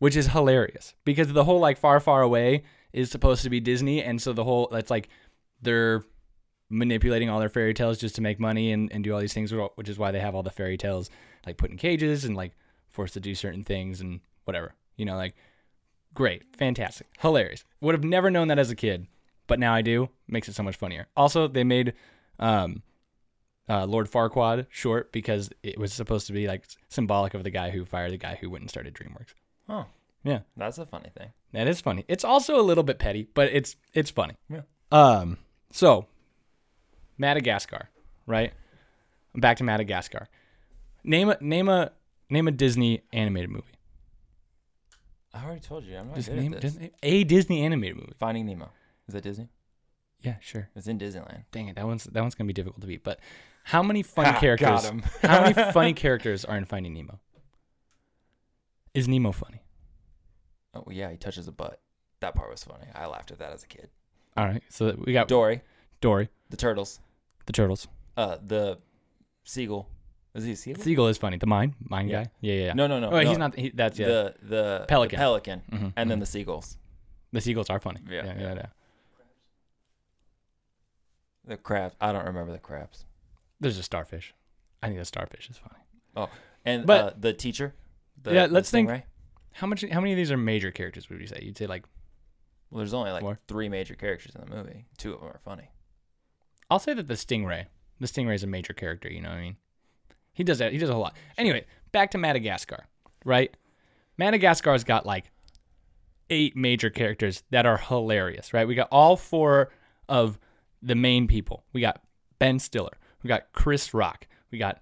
[SPEAKER 1] which is hilarious because the whole like far far away is supposed to be Disney, and so the whole that's like they're manipulating all their fairy tales just to make money and, and do all these things, which is why they have all the fairy tales like put in cages and like forced to do certain things and whatever. You know, like great, fantastic, hilarious. Would have never known that as a kid, but now I do. Makes it so much funnier. Also, they made um, uh, Lord Farquaad short because it was supposed to be like symbolic of the guy who fired the guy who went and started DreamWorks.
[SPEAKER 2] Huh.
[SPEAKER 1] Yeah.
[SPEAKER 2] That's a funny thing.
[SPEAKER 1] That is funny. It's also a little bit petty, but it's it's funny.
[SPEAKER 2] Yeah.
[SPEAKER 1] Um. So, Madagascar, right? Back to Madagascar. Name a name a name a Disney animated movie.
[SPEAKER 2] I already told you. I'm not
[SPEAKER 1] Just
[SPEAKER 2] good
[SPEAKER 1] name,
[SPEAKER 2] at this.
[SPEAKER 1] just name a Disney animated movie.
[SPEAKER 2] Finding Nemo. Is that Disney?
[SPEAKER 1] Yeah, sure.
[SPEAKER 2] It's in Disneyland.
[SPEAKER 1] Dang it, that one's that one's gonna be difficult to beat. But how many funny
[SPEAKER 2] Ha, Ah, got
[SPEAKER 1] characters?
[SPEAKER 2] him.
[SPEAKER 1] how many funny characters are in Finding Nemo? Is Nemo funny?
[SPEAKER 2] Oh yeah, he touches a butt. That part was funny. I laughed at that as a kid.
[SPEAKER 1] All right, so we got
[SPEAKER 2] Dory,
[SPEAKER 1] Dory,
[SPEAKER 2] the turtles,
[SPEAKER 1] the turtles.
[SPEAKER 2] uh, the seagull. Is he a seagull?
[SPEAKER 1] Seagull is funny. The mine, mine
[SPEAKER 2] Yeah.
[SPEAKER 1] guy. Yeah, yeah, yeah.
[SPEAKER 2] No, no, no.
[SPEAKER 1] Oh,
[SPEAKER 2] no.
[SPEAKER 1] he's not. He, that's yeah. The,
[SPEAKER 2] The the
[SPEAKER 1] Pelican.
[SPEAKER 2] the pelican,
[SPEAKER 1] Mhm,
[SPEAKER 2] and then the seagulls,
[SPEAKER 1] mm-hmm. seagulls are funny. yeah,
[SPEAKER 2] Yeah, yeah.
[SPEAKER 1] yeah. yeah.
[SPEAKER 2] the crabs. I don't remember the crabs.
[SPEAKER 1] There's a starfish. I think the starfish is funny.
[SPEAKER 2] Oh, and
[SPEAKER 1] But-
[SPEAKER 2] uh, the teacher. The,
[SPEAKER 1] Yeah,
[SPEAKER 2] the
[SPEAKER 1] let's think-
[SPEAKER 2] stingray.
[SPEAKER 1] How much? How many of these are major characters? Would you say? You'd say like
[SPEAKER 2] Well, there's only like
[SPEAKER 1] More.
[SPEAKER 2] three major characters in the movie. Two of them are funny.
[SPEAKER 1] I'll say that the stingray. The stingray is a major character. You know what I mean? He does that. He does a whole lot. Anyway, back to Madagascar, right? Madagascar's got like eight major characters that are hilarious, right? We got all four of the main people. We got Ben Stiller. We got Chris Rock. We got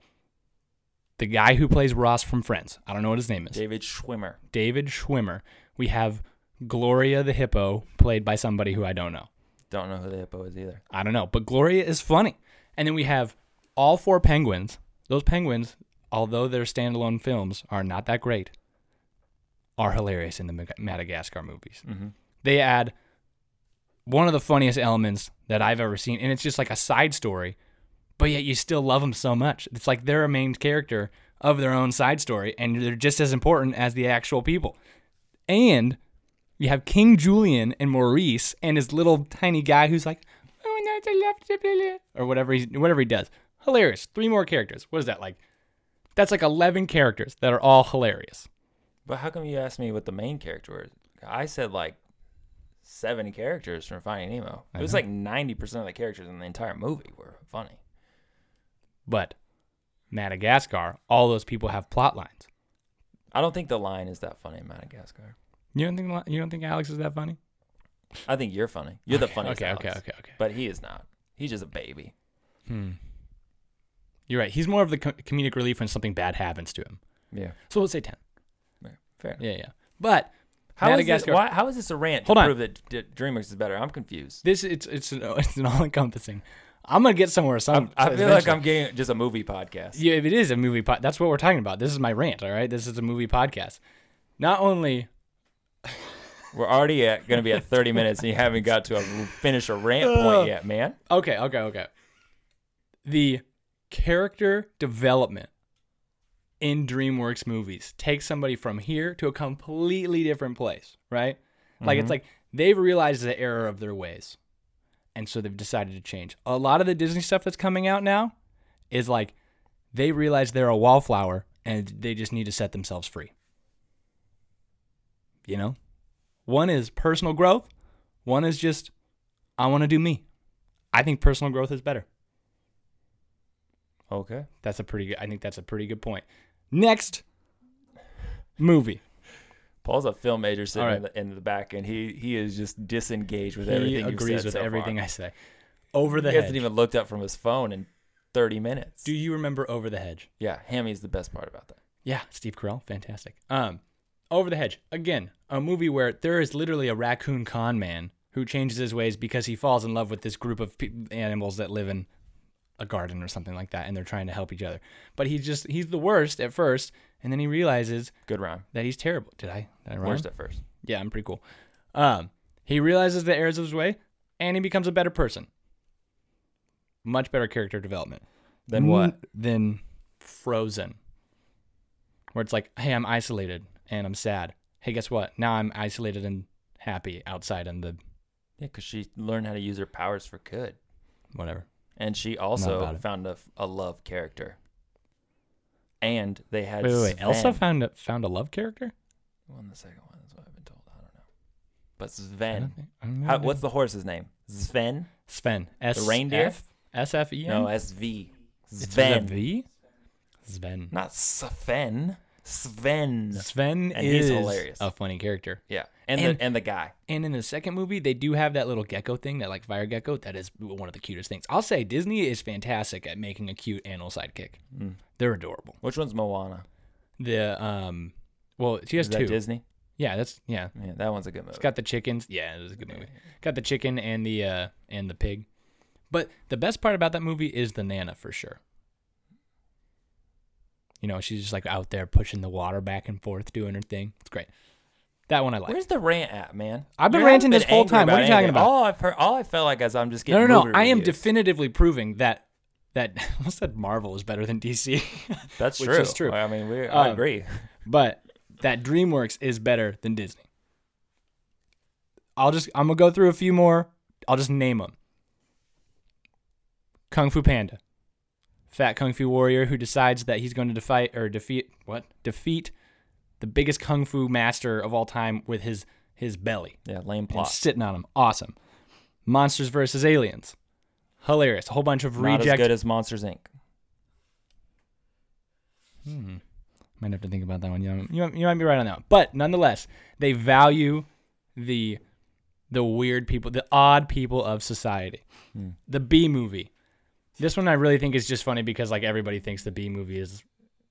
[SPEAKER 1] the guy who plays Ross from Friends. I don't know what his name is.
[SPEAKER 2] David Schwimmer.
[SPEAKER 1] David Schwimmer. We have Gloria the hippo, played by somebody who I don't know.
[SPEAKER 2] Don't know who the hippo is either.
[SPEAKER 1] I don't know, but Gloria is funny. And then we have all four penguins. Those penguins, although their standalone films are not that great, are hilarious in the Mag- Madagascar movies. They add one of the funniest elements that I've ever seen, and it's just like a side story, but yet you still love them so much. It's like they're a main character of their own side story, and they're just as important as the actual people. And you have King Julian and Maurice and his little tiny guy who's like, oh, no, it's a left, blah, blah, blah," or whatever he whatever he does. Hilarious. Three more characters. What is that like? That's like eleven characters that are all hilarious.
[SPEAKER 2] But how come you asked me what the main character was? I said like 70 characters from Finding Nemo.
[SPEAKER 1] I
[SPEAKER 2] it was
[SPEAKER 1] know.
[SPEAKER 2] like 90% of the characters in the entire movie were funny.
[SPEAKER 1] But Madagascar, all those people have plot lines.
[SPEAKER 2] I don't think the line is that funny in Madagascar.
[SPEAKER 1] You don't think you don't think Alex is that funny?
[SPEAKER 2] I think you're funny. You're the
[SPEAKER 1] Okay,
[SPEAKER 2] funniest.
[SPEAKER 1] Okay,
[SPEAKER 2] Alex.
[SPEAKER 1] okay, okay, okay.
[SPEAKER 2] But he is not. He's just a baby.
[SPEAKER 1] Hmm. You're right. He's more of the co- comedic relief when something bad happens to him.
[SPEAKER 2] Yeah.
[SPEAKER 1] So let's say ten.
[SPEAKER 2] Fair enough.
[SPEAKER 1] Yeah, yeah. But
[SPEAKER 2] How is this,
[SPEAKER 1] Madagascar.
[SPEAKER 2] why, how is this a rant
[SPEAKER 1] Hold
[SPEAKER 2] to
[SPEAKER 1] on.
[SPEAKER 2] prove that D- DreamWorks is better? I'm confused.
[SPEAKER 1] this it's it's an, it's an all encompassing. I'm gonna get somewhere. Some
[SPEAKER 2] I feel like
[SPEAKER 1] eventually.
[SPEAKER 2] I'm getting just a movie podcast.
[SPEAKER 1] Yeah, if it is a movie pod, that's what we're talking about. This is my rant. All right, this is a movie podcast. Not only
[SPEAKER 2] We're already at, gonna be at 30 minutes, and you haven't got to a, finish a rant
[SPEAKER 1] Ugh.
[SPEAKER 2] point yet, man.
[SPEAKER 1] okay, okay, okay. The character development in DreamWorks movies takes somebody from here to a completely different place, right? Like it's like they've realized the error of their ways. And so they've decided to change. A lot of the Disney stuff that's coming out now is like they realize they're a wallflower and they just need to set themselves free. You know? One is personal growth, one is just I want to do me. I think personal growth is better.
[SPEAKER 2] Okay.
[SPEAKER 1] That's a pretty good I think that's a pretty good point. Next movie.
[SPEAKER 2] Paul's a film major sitting
[SPEAKER 1] All right.
[SPEAKER 2] in, the, in the back, and he he is just disengaged with
[SPEAKER 1] He
[SPEAKER 2] everything. you've
[SPEAKER 1] agrees
[SPEAKER 2] said
[SPEAKER 1] with
[SPEAKER 2] so far.
[SPEAKER 1] everything I say. Over the
[SPEAKER 2] He hasn't
[SPEAKER 1] hedge.
[SPEAKER 2] even looked up from his phone in 30 minutes.
[SPEAKER 1] Do you remember Over the Hedge?
[SPEAKER 2] yeah, Hammy's the best part about that.
[SPEAKER 1] Yeah, Steve Carell, fantastic. Um, Over the Hedge again, a movie where there is literally a raccoon con man who changes his ways because he falls in love with this group of pe- animals that live in a garden or something like that, and they're trying to help each other. But he's just he's the worst at first, and then he realizes
[SPEAKER 2] Good rhyme.
[SPEAKER 1] that he's terrible. Did I? Did I rhyme?
[SPEAKER 2] Worst at first.
[SPEAKER 1] Yeah, I'm pretty cool. Um, he realizes the errors of his way, and he becomes a better person. Much better character development.
[SPEAKER 2] Then what?
[SPEAKER 1] N- Than Frozen, where it's like, hey, I'm isolated and I'm sad. Hey, guess what? Now I'm isolated and happy outside in the
[SPEAKER 2] Yeah, because she learned how to use her powers for good,
[SPEAKER 1] whatever.
[SPEAKER 2] and she
[SPEAKER 1] about
[SPEAKER 2] also
[SPEAKER 1] it.
[SPEAKER 2] found a, f- a love character. And they had
[SPEAKER 1] Wait, wait, wait. Elsa
[SPEAKER 2] Sven-
[SPEAKER 1] found a, found a love character.
[SPEAKER 2] Well, the second one is what I've been told. I don't know. But
[SPEAKER 1] I don't
[SPEAKER 2] Sven,
[SPEAKER 1] think- I don't
[SPEAKER 2] how,
[SPEAKER 1] know.
[SPEAKER 2] what's the horse's name? Sven,
[SPEAKER 1] Sven? S E
[SPEAKER 2] reindeer?
[SPEAKER 1] S F E N.
[SPEAKER 2] no S V.
[SPEAKER 1] It's with a
[SPEAKER 2] Sven,
[SPEAKER 1] V? Sven.
[SPEAKER 2] not Sven. Sven.
[SPEAKER 1] Sven
[SPEAKER 2] And
[SPEAKER 1] is
[SPEAKER 2] he's hilarious.
[SPEAKER 1] a funny character.
[SPEAKER 2] Yeah, and,
[SPEAKER 1] And-
[SPEAKER 2] the and the guy.
[SPEAKER 1] And in the second movie, they do have that little gecko thing, that like fire gecko. That is one of the cutest things. I'll say Disney is fantastic at making a cute animal sidekick. They're adorable.
[SPEAKER 2] Mm. Which one's Moana?
[SPEAKER 1] The um, well, she has
[SPEAKER 2] Is
[SPEAKER 1] two.
[SPEAKER 2] that Disney?
[SPEAKER 1] yeah, that's yeah.
[SPEAKER 2] Yeah, that one's a good movie.
[SPEAKER 1] It's got the chickens. Yeah, it was a good movie. Got the chicken and the uh and the pig. But the best part about that movie is the Nana for sure. You know, she's just like out there pushing the water back and forth, doing her thing. It's great. That one I like.
[SPEAKER 2] Where's the rant at, man?
[SPEAKER 1] I've been
[SPEAKER 2] You haven't
[SPEAKER 1] ranting this whole
[SPEAKER 2] angry
[SPEAKER 1] time. What are you talking
[SPEAKER 2] anything.
[SPEAKER 1] about?
[SPEAKER 2] All I've heard, all I felt like is I'm just
[SPEAKER 1] No,
[SPEAKER 2] getting
[SPEAKER 1] no, no.
[SPEAKER 2] movie
[SPEAKER 1] I am
[SPEAKER 2] reviews.
[SPEAKER 1] definitively proving that that I almost said Marvel is better than DC,
[SPEAKER 2] That's
[SPEAKER 1] which
[SPEAKER 2] true.
[SPEAKER 1] is true.
[SPEAKER 2] I mean, we I
[SPEAKER 1] Um,
[SPEAKER 2] agree.
[SPEAKER 1] but that DreamWorks is better than Disney. I'll just I'm gonna go through a few more. I'll just name them. Kung Fu Panda, fat Kung Fu warrior who decides that he's going to defeat or defeat what defeat the biggest Kung Fu master of all time with his his belly.
[SPEAKER 2] Yeah, lame
[SPEAKER 1] and
[SPEAKER 2] plot.
[SPEAKER 1] sitting on him. Awesome. Monsters versus aliens. Hilarious. A whole bunch of
[SPEAKER 2] Not as
[SPEAKER 1] reject.
[SPEAKER 2] good as Monsters Inc.
[SPEAKER 1] Hmm. Might have to think about that one. You, you, you might be right on that one. But nonetheless, they value the the weird people, the odd people of society.
[SPEAKER 2] Hmm.
[SPEAKER 1] The B movie. This one I really think is just funny because like everybody thinks the B movie is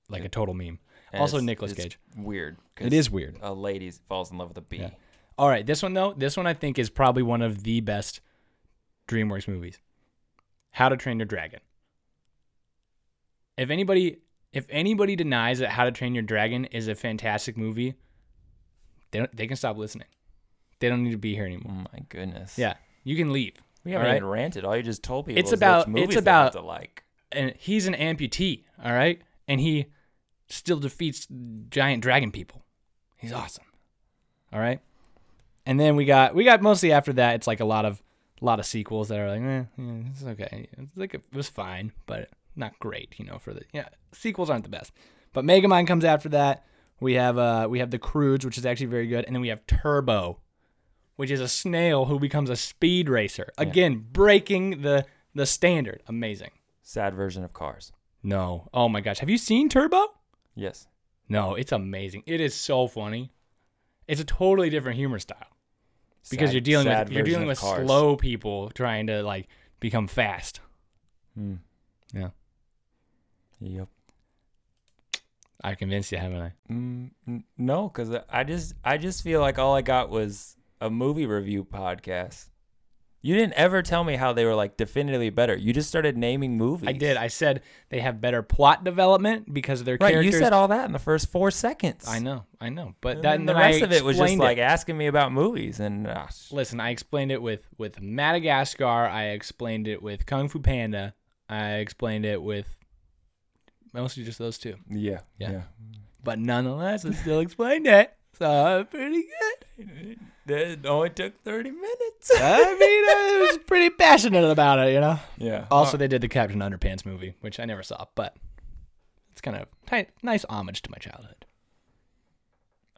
[SPEAKER 1] like a total meme.
[SPEAKER 2] And
[SPEAKER 1] Also
[SPEAKER 2] it's-
[SPEAKER 1] Nicolas
[SPEAKER 2] it's
[SPEAKER 1] Cage.
[SPEAKER 2] Weird. 'cause
[SPEAKER 1] It is weird.
[SPEAKER 2] A lady falls in love with a bee.
[SPEAKER 1] Yeah. All right, this one though, this one I think is probably one of the best DreamWorks movies. How to Train Your Dragon. If anybody if anybody denies that How to Train Your Dragon is a fantastic movie, they don't, they can stop listening. They don't need to be here
[SPEAKER 2] Oh
[SPEAKER 1] anymore.
[SPEAKER 2] my goodness.
[SPEAKER 1] Yeah, you can leave.
[SPEAKER 2] We haven't
[SPEAKER 1] All right.
[SPEAKER 2] even ranted. All you just told people
[SPEAKER 1] It's
[SPEAKER 2] is about
[SPEAKER 1] about-
[SPEAKER 2] movies
[SPEAKER 1] it's
[SPEAKER 2] they
[SPEAKER 1] about-
[SPEAKER 2] have to like.
[SPEAKER 1] And he's an amputee, all right? And he still defeats giant dragon people. He's awesome. All right? And then we got we got mostly after that. It's like a lot of a lot of sequels that are like, eh, yeah, it's okay. It's like it was fine, but not great, you know. For the yeah, sequels aren't the best. But Megamind comes after that. We have uh we have the Croods, which is actually very good, and then we have Turbo, which is a snail who becomes a speed racer. Again, breaking the the standard. Amazing.
[SPEAKER 2] Sad version of Cars.
[SPEAKER 1] No. Oh my gosh. Have you seen Turbo?
[SPEAKER 2] Yes.
[SPEAKER 1] No, it's amazing. It is so funny. It's a totally different humor style because
[SPEAKER 2] Sad-
[SPEAKER 1] you're dealing
[SPEAKER 2] sad
[SPEAKER 1] with you're
[SPEAKER 2] version
[SPEAKER 1] dealing
[SPEAKER 2] of
[SPEAKER 1] with
[SPEAKER 2] Cars.
[SPEAKER 1] slow people trying to like become fast.
[SPEAKER 2] Hmm.
[SPEAKER 1] Yeah.
[SPEAKER 2] Yep.
[SPEAKER 1] I convinced you, haven't I?
[SPEAKER 2] Mm, n- no, because I just I just feel like all I got was a movie review podcast. You didn't ever tell me how they were like definitively better. You just started naming movies.
[SPEAKER 1] I did. I said they have better plot development because of their
[SPEAKER 2] right.
[SPEAKER 1] characters.
[SPEAKER 2] You said all that in the first four seconds.
[SPEAKER 1] I know, I know, but
[SPEAKER 2] And
[SPEAKER 1] that
[SPEAKER 2] then
[SPEAKER 1] and
[SPEAKER 2] the
[SPEAKER 1] then I
[SPEAKER 2] rest of it was just
[SPEAKER 1] explained
[SPEAKER 2] like asking me about movies and ah, sh-
[SPEAKER 1] Listen, I explained it with with Madagascar. I explained it with Kung Fu Panda. I explained it with mostly just those two,
[SPEAKER 2] yeah,
[SPEAKER 1] Yeah. but nonetheless, I still explained it. So uh, pretty good.
[SPEAKER 2] That only took thirty minutes.
[SPEAKER 1] I mean, I was pretty passionate about it, you know.
[SPEAKER 2] yeah.
[SPEAKER 1] Also, they did the Captain Underpants movie, which I never saw, but it's kind of tight, nice homage to my childhood.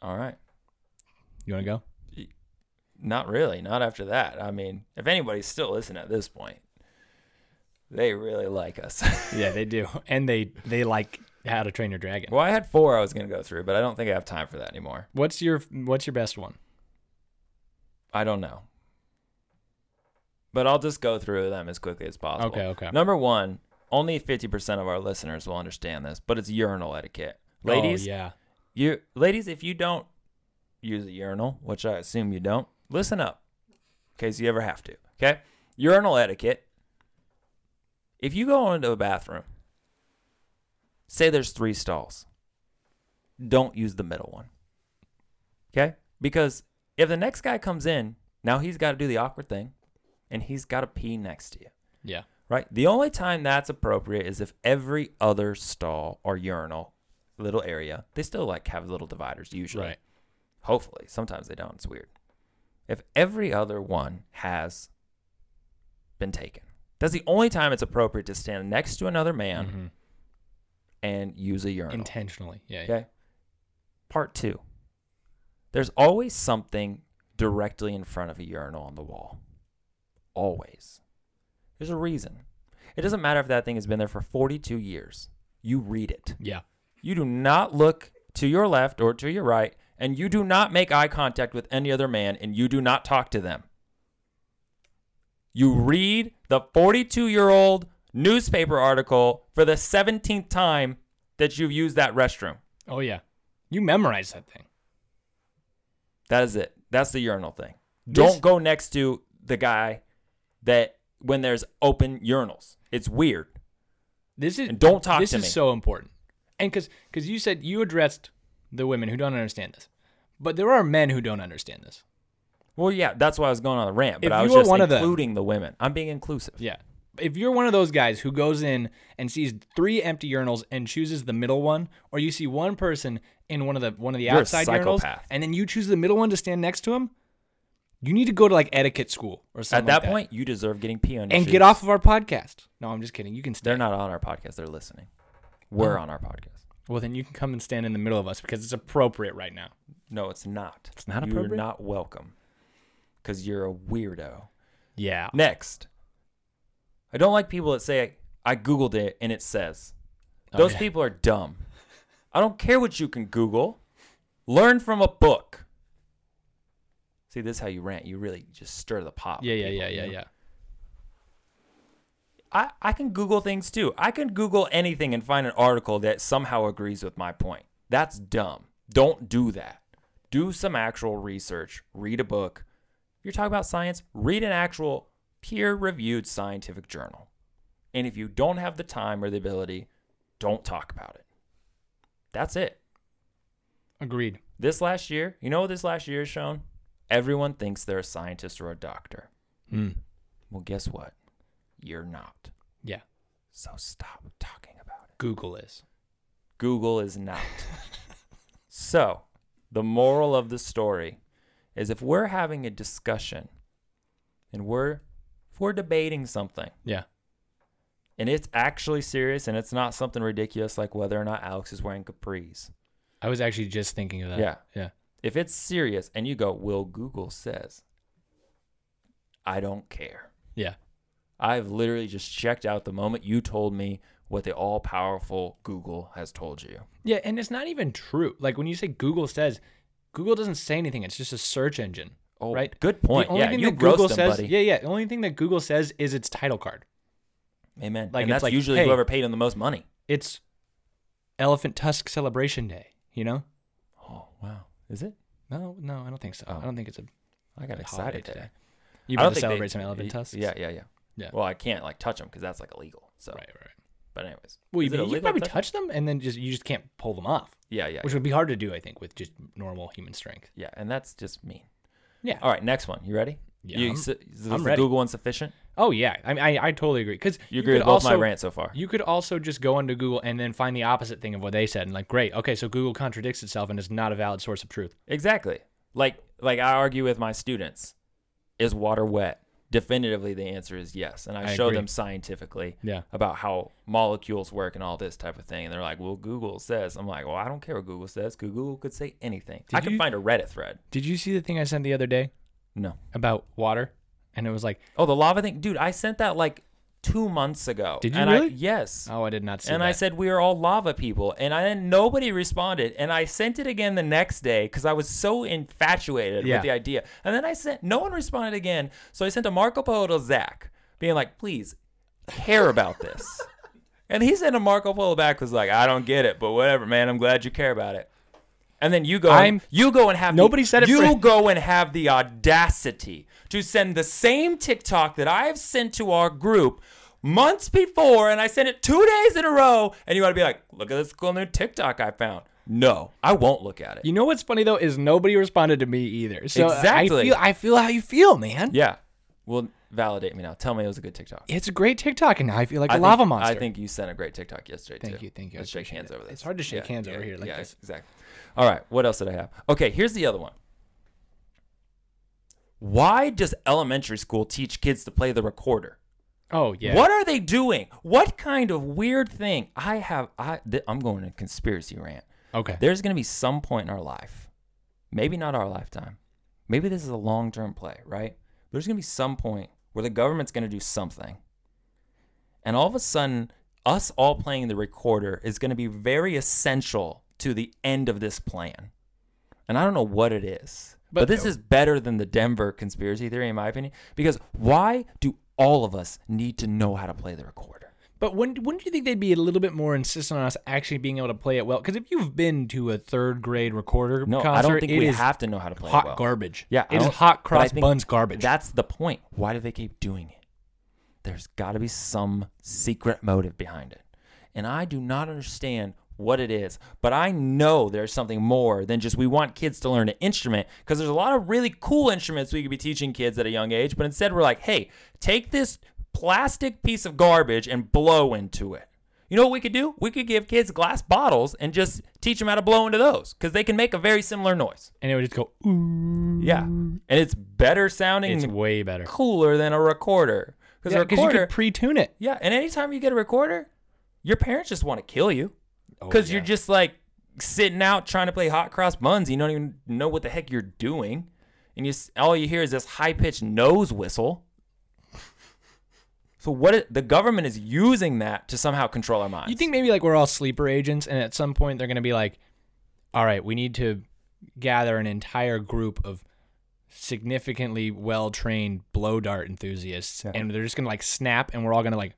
[SPEAKER 2] all right.
[SPEAKER 1] You want to go?
[SPEAKER 2] Not really. Not after that. I mean, if anybody's still listening at this point, they really like us.
[SPEAKER 1] Yeah, they do, and they they like How to Train Your Dragon.
[SPEAKER 2] well, I had four I was going to go through, but I don't think I have time for that anymore.
[SPEAKER 1] What's your What's your best one?
[SPEAKER 2] I don't know. But I'll just go through them as quickly as possible.
[SPEAKER 1] Okay, okay.
[SPEAKER 2] Number one, only 50% of our listeners will understand this, but it's urinal etiquette. Ladies,
[SPEAKER 1] oh, yeah,
[SPEAKER 2] you ladies, if you don't use a urinal, which I assume you don't, listen up in case you ever have to. Okay? Urinal etiquette. If you go into a bathroom, say there's three stalls. Don't use the middle one. Okay? Because if the next guy comes in, now he's got to do the awkward thing and he's got to pee next to you
[SPEAKER 1] yeah.
[SPEAKER 2] right? The only time that's appropriate is if every other stall or urinal, little area, they still like have little dividers usually.
[SPEAKER 1] Right.
[SPEAKER 2] Hopefully, sometimes they don't. It's weird. If every other one has been taken, that's the only time it's appropriate to stand next to another man
[SPEAKER 1] Mhm.
[SPEAKER 2] and use a urinal.
[SPEAKER 1] Intentionally. Yeah. yeah.
[SPEAKER 2] Okay. Part two. There's always something directly in front of a urinal on the wall. Always. There's a reason. It doesn't matter if that thing has been there for 42 years. You read it.
[SPEAKER 1] Yeah.
[SPEAKER 2] You do not look to your left or to your right, and you do not make eye contact with any other man, and you do not talk to them. You read the 42 year old newspaper article for the 17th time that you've used that restroom.
[SPEAKER 1] Oh yeah. You memorize that thing.
[SPEAKER 2] That is it. That's the urinal thing.
[SPEAKER 1] This-
[SPEAKER 2] Don't go next to the guy that when there's open urinals. It's weird.
[SPEAKER 1] This is
[SPEAKER 2] And don't talk
[SPEAKER 1] this
[SPEAKER 2] to
[SPEAKER 1] is
[SPEAKER 2] me.
[SPEAKER 1] so important. And cuz cuz you said you addressed the women who don't understand this. But there are men who don't understand this.
[SPEAKER 2] Well, yeah, that's why I was going on the rant, but
[SPEAKER 1] If
[SPEAKER 2] I
[SPEAKER 1] you
[SPEAKER 2] was
[SPEAKER 1] were
[SPEAKER 2] just
[SPEAKER 1] one of them-
[SPEAKER 2] including the women. I'm being inclusive.
[SPEAKER 1] Yeah. If you're one of those guys who goes in and sees three empty urinals and chooses the middle one, or you see one person in one of the one of the
[SPEAKER 2] You're a
[SPEAKER 1] outside urinals,
[SPEAKER 2] psychopath.
[SPEAKER 1] and then you choose the middle one to stand next to him, you need to go to like etiquette school or
[SPEAKER 2] At
[SPEAKER 1] something.
[SPEAKER 2] that
[SPEAKER 1] like that.
[SPEAKER 2] point, you deserve getting pee on your
[SPEAKER 1] and
[SPEAKER 2] shoes.
[SPEAKER 1] get off of our podcast. No, I'm just kidding. You can stay.
[SPEAKER 2] They're not on our podcast. They're listening. We're on our podcast.
[SPEAKER 1] Well, then you can come and stand in the middle of us because it's appropriate right now.
[SPEAKER 2] No, it's not. It's
[SPEAKER 1] not
[SPEAKER 2] You're
[SPEAKER 1] appropriate?
[SPEAKER 2] not welcome because you're a weirdo.
[SPEAKER 1] Yeah.
[SPEAKER 2] Next. I don't like people that say, I Googled it and it says. Those
[SPEAKER 1] Oh, yeah.
[SPEAKER 2] people are dumb. I don't care what you can Google. Learn from a book. See, this is how you rant. You really just stir the pot. with
[SPEAKER 1] Yeah, yeah,
[SPEAKER 2] people,
[SPEAKER 1] yeah,
[SPEAKER 2] you
[SPEAKER 1] yeah,
[SPEAKER 2] know?
[SPEAKER 1] yeah.
[SPEAKER 2] I, I can Google things too. I can Google anything and find an article that somehow agrees with my point. That's dumb. Don't do that. Do some actual research, read a book. If you're talking about science, read an actual peer reviewed scientific journal. And if you don't have the time or the ability, don't talk about it. That's it.
[SPEAKER 1] Agreed.
[SPEAKER 2] This last year, you know what this last year has shown? Everyone thinks they're a scientist or a doctor.
[SPEAKER 1] Mm.
[SPEAKER 2] Well, guess what? You're not.
[SPEAKER 1] Yeah.
[SPEAKER 2] So stop talking about it.
[SPEAKER 1] Google is.
[SPEAKER 2] Google is not. so, the moral of the story is if we're having a discussion and we're if we're debating something
[SPEAKER 1] Yeah.
[SPEAKER 2] and it's actually serious and it's not something ridiculous like whether or not Alex is wearing capris.
[SPEAKER 1] I was actually just thinking of that.
[SPEAKER 2] Yeah.
[SPEAKER 1] Yeah.
[SPEAKER 2] If it's serious and you go, "Will Google says." I don't care.
[SPEAKER 1] Yeah.
[SPEAKER 2] I've literally just checked out the moment you told me what the all powerful Google has told you.
[SPEAKER 1] Yeah, and it's not even true. Like when you say Google says, Google doesn't say anything. It's just a search engine.
[SPEAKER 2] Oh,
[SPEAKER 1] Right.
[SPEAKER 2] Good point.
[SPEAKER 1] the only
[SPEAKER 2] yeah,
[SPEAKER 1] thing
[SPEAKER 2] you
[SPEAKER 1] that Google
[SPEAKER 2] roast them,
[SPEAKER 1] says,
[SPEAKER 2] buddy.
[SPEAKER 1] yeah, yeah. The only thing that Google says is its title card.
[SPEAKER 2] Amen.
[SPEAKER 1] Like,
[SPEAKER 2] and
[SPEAKER 1] it's
[SPEAKER 2] that's
[SPEAKER 1] like,
[SPEAKER 2] usually
[SPEAKER 1] hey.
[SPEAKER 2] whoever paid him the most money.
[SPEAKER 1] It's Elephant Tusk Celebration Day. You know?
[SPEAKER 2] Oh wow, is it?
[SPEAKER 1] No, no, I don't think so.
[SPEAKER 2] Oh.
[SPEAKER 1] I don't think it's a
[SPEAKER 2] I got
[SPEAKER 1] holiday
[SPEAKER 2] excited
[SPEAKER 1] today.
[SPEAKER 2] today.
[SPEAKER 1] You about
[SPEAKER 2] I don't
[SPEAKER 1] to
[SPEAKER 2] think they-
[SPEAKER 1] celebrate some elephant
[SPEAKER 2] y-
[SPEAKER 1] tusks?
[SPEAKER 2] Yeah, yeah, yeah.
[SPEAKER 1] Yeah.
[SPEAKER 2] Well, I can't like touch them because that's like illegal. So,
[SPEAKER 1] Right, right.
[SPEAKER 2] but anyways,
[SPEAKER 1] Well,
[SPEAKER 2] Is
[SPEAKER 1] you,
[SPEAKER 2] it
[SPEAKER 1] you
[SPEAKER 2] illegal
[SPEAKER 1] probably
[SPEAKER 2] to
[SPEAKER 1] touch
[SPEAKER 2] touch-
[SPEAKER 1] them and then just you just can't pull them off,
[SPEAKER 2] Yeah, yeah,
[SPEAKER 1] which would be hard to do, I think, with just normal human strength.
[SPEAKER 2] yeah. And that's just mean.
[SPEAKER 1] Yeah.
[SPEAKER 2] All right, next one. You ready?
[SPEAKER 1] Yeah,
[SPEAKER 2] You,
[SPEAKER 1] I'm-
[SPEAKER 2] so, is
[SPEAKER 1] I'm
[SPEAKER 2] the
[SPEAKER 1] ready.
[SPEAKER 2] Google one sufficient?
[SPEAKER 1] Oh yeah, I mean, I, I totally agree. Because
[SPEAKER 2] You agree with both my rants so far?
[SPEAKER 1] You could also just go into Google and then find the opposite thing of what they said, and like, great, okay, so Google contradicts itself and is not a valid source of truth.
[SPEAKER 2] Exactly. Like like I argue with my students, is water wet? Definitively, the answer is yes, and I,
[SPEAKER 1] I
[SPEAKER 2] show
[SPEAKER 1] agree.
[SPEAKER 2] them scientifically
[SPEAKER 1] Yeah.
[SPEAKER 2] about how molecules work and all this type of thing. And they're like, "Well, Google says." I'm like, "Well, I don't care what Google says. 'cause Google could say anything. I can
[SPEAKER 1] you-
[SPEAKER 2] find a Reddit thread."
[SPEAKER 1] Did you see the thing I sent the other day
[SPEAKER 2] No.
[SPEAKER 1] about water? And it was like,
[SPEAKER 2] Oh, the lava thing, dude. I sent that like two months ago.
[SPEAKER 1] Did you
[SPEAKER 2] and I,
[SPEAKER 1] really?
[SPEAKER 2] yes.
[SPEAKER 1] oh, I did not see
[SPEAKER 2] and
[SPEAKER 1] that.
[SPEAKER 2] I said we are all lava people, and I then nobody responded, and I sent it again the next day because I was so infatuated
[SPEAKER 1] Yeah.
[SPEAKER 2] with the idea, and then I sent no one responded again, so I sent a Marco Polo to Zach, being like, please care about this, and he sent a Marco Polo back was like, I don't get it, but whatever, man, I'm glad you care about it. And then you go,
[SPEAKER 1] I'm-
[SPEAKER 2] you go and have
[SPEAKER 1] Nobody
[SPEAKER 2] the,
[SPEAKER 1] said it
[SPEAKER 2] You
[SPEAKER 1] for-
[SPEAKER 2] go and have the audacity to send the same TikTok that I've sent to our group months before, and I sent it two days in a row, and you want to be like, look at this cool new TikTok I found. No, I won't look at it.
[SPEAKER 1] you know what's funny though is nobody responded to me either. So
[SPEAKER 2] Exactly.
[SPEAKER 1] I feel, I feel how you feel, man.
[SPEAKER 2] yeah, well, validate me now. Tell me it was a good TikTok.
[SPEAKER 1] It's a great TikTok, and I feel like a
[SPEAKER 2] I think-
[SPEAKER 1] lava monster.
[SPEAKER 2] I think you sent a great TikTok yesterday too.
[SPEAKER 1] Thank you, thank you. I
[SPEAKER 2] Let's shake
[SPEAKER 1] appreciate
[SPEAKER 2] hands
[SPEAKER 1] it.
[SPEAKER 2] over this.
[SPEAKER 1] It's hard to shake hands over here like this.
[SPEAKER 2] Exactly. All right. What else did I have? Okay. Here's the other one. Why does elementary school teach kids to play the recorder?
[SPEAKER 1] Oh yeah.
[SPEAKER 2] What are they doing? What kind of weird thing? I have. I. Th- I'm going to conspiracy rant.
[SPEAKER 1] Okay.
[SPEAKER 2] There's going to be some point in our life, maybe not our lifetime, maybe this is a long term play, right? There's going to be some point where the government's going to do something. And all of a sudden, us all playing the recorder is going to be very essential to the end of this plan. And I don't know what it is, but,
[SPEAKER 1] But-
[SPEAKER 2] this is better than the Denver conspiracy theory, in my opinion, because why do all of us need to know how to play the recorder?
[SPEAKER 1] But when when do you think they'd be a little bit more insistent on us actually being able to play it well? Because if you've been to a third grade recorder
[SPEAKER 2] No,
[SPEAKER 1] concert,
[SPEAKER 2] I don't think
[SPEAKER 1] it
[SPEAKER 2] we
[SPEAKER 1] is
[SPEAKER 2] have to know how to play it
[SPEAKER 1] hot
[SPEAKER 2] well.
[SPEAKER 1] garbage.
[SPEAKER 2] Yeah, I
[SPEAKER 1] it is
[SPEAKER 2] don't-
[SPEAKER 1] hot
[SPEAKER 2] but I
[SPEAKER 1] cross
[SPEAKER 2] think
[SPEAKER 1] buns garbage.
[SPEAKER 2] That's the point. Why do they keep doing it? There's got to be some secret motive behind it. And I do not understand what it is, but I know there's something more than just we want kids to learn an instrument because there's a lot of really cool instruments we could be teaching kids at a young age, but instead we're like, "Hey, take this plastic piece of garbage and blow into it." You know what we could do? We could give kids glass bottles and just teach them how to blow into those because they can make a very similar noise.
[SPEAKER 1] and it would just go ooh.
[SPEAKER 2] Yeah. And it's better sounding
[SPEAKER 1] Mm. It's
[SPEAKER 2] than
[SPEAKER 1] way better.
[SPEAKER 2] cooler than a recorder. Because
[SPEAKER 1] Yeah,
[SPEAKER 2] a
[SPEAKER 1] you
[SPEAKER 2] recorder,
[SPEAKER 1] could pre-tune it.
[SPEAKER 2] yeah, and anytime you get a recorder, your parents just want to kill you.
[SPEAKER 1] Oh,
[SPEAKER 2] Because you're just like sitting out trying to play hot cross buns. You don't even know what the heck you're doing. And you s- all you hear is this high pitched nose whistle. So what? It, the government is using that to somehow control our minds.
[SPEAKER 1] You think maybe like we're all sleeper agents, and at some point they're gonna be like, "All right, we need to gather an entire group of significantly well-trained blow dart enthusiasts, and they're just gonna like snap, and we're all gonna like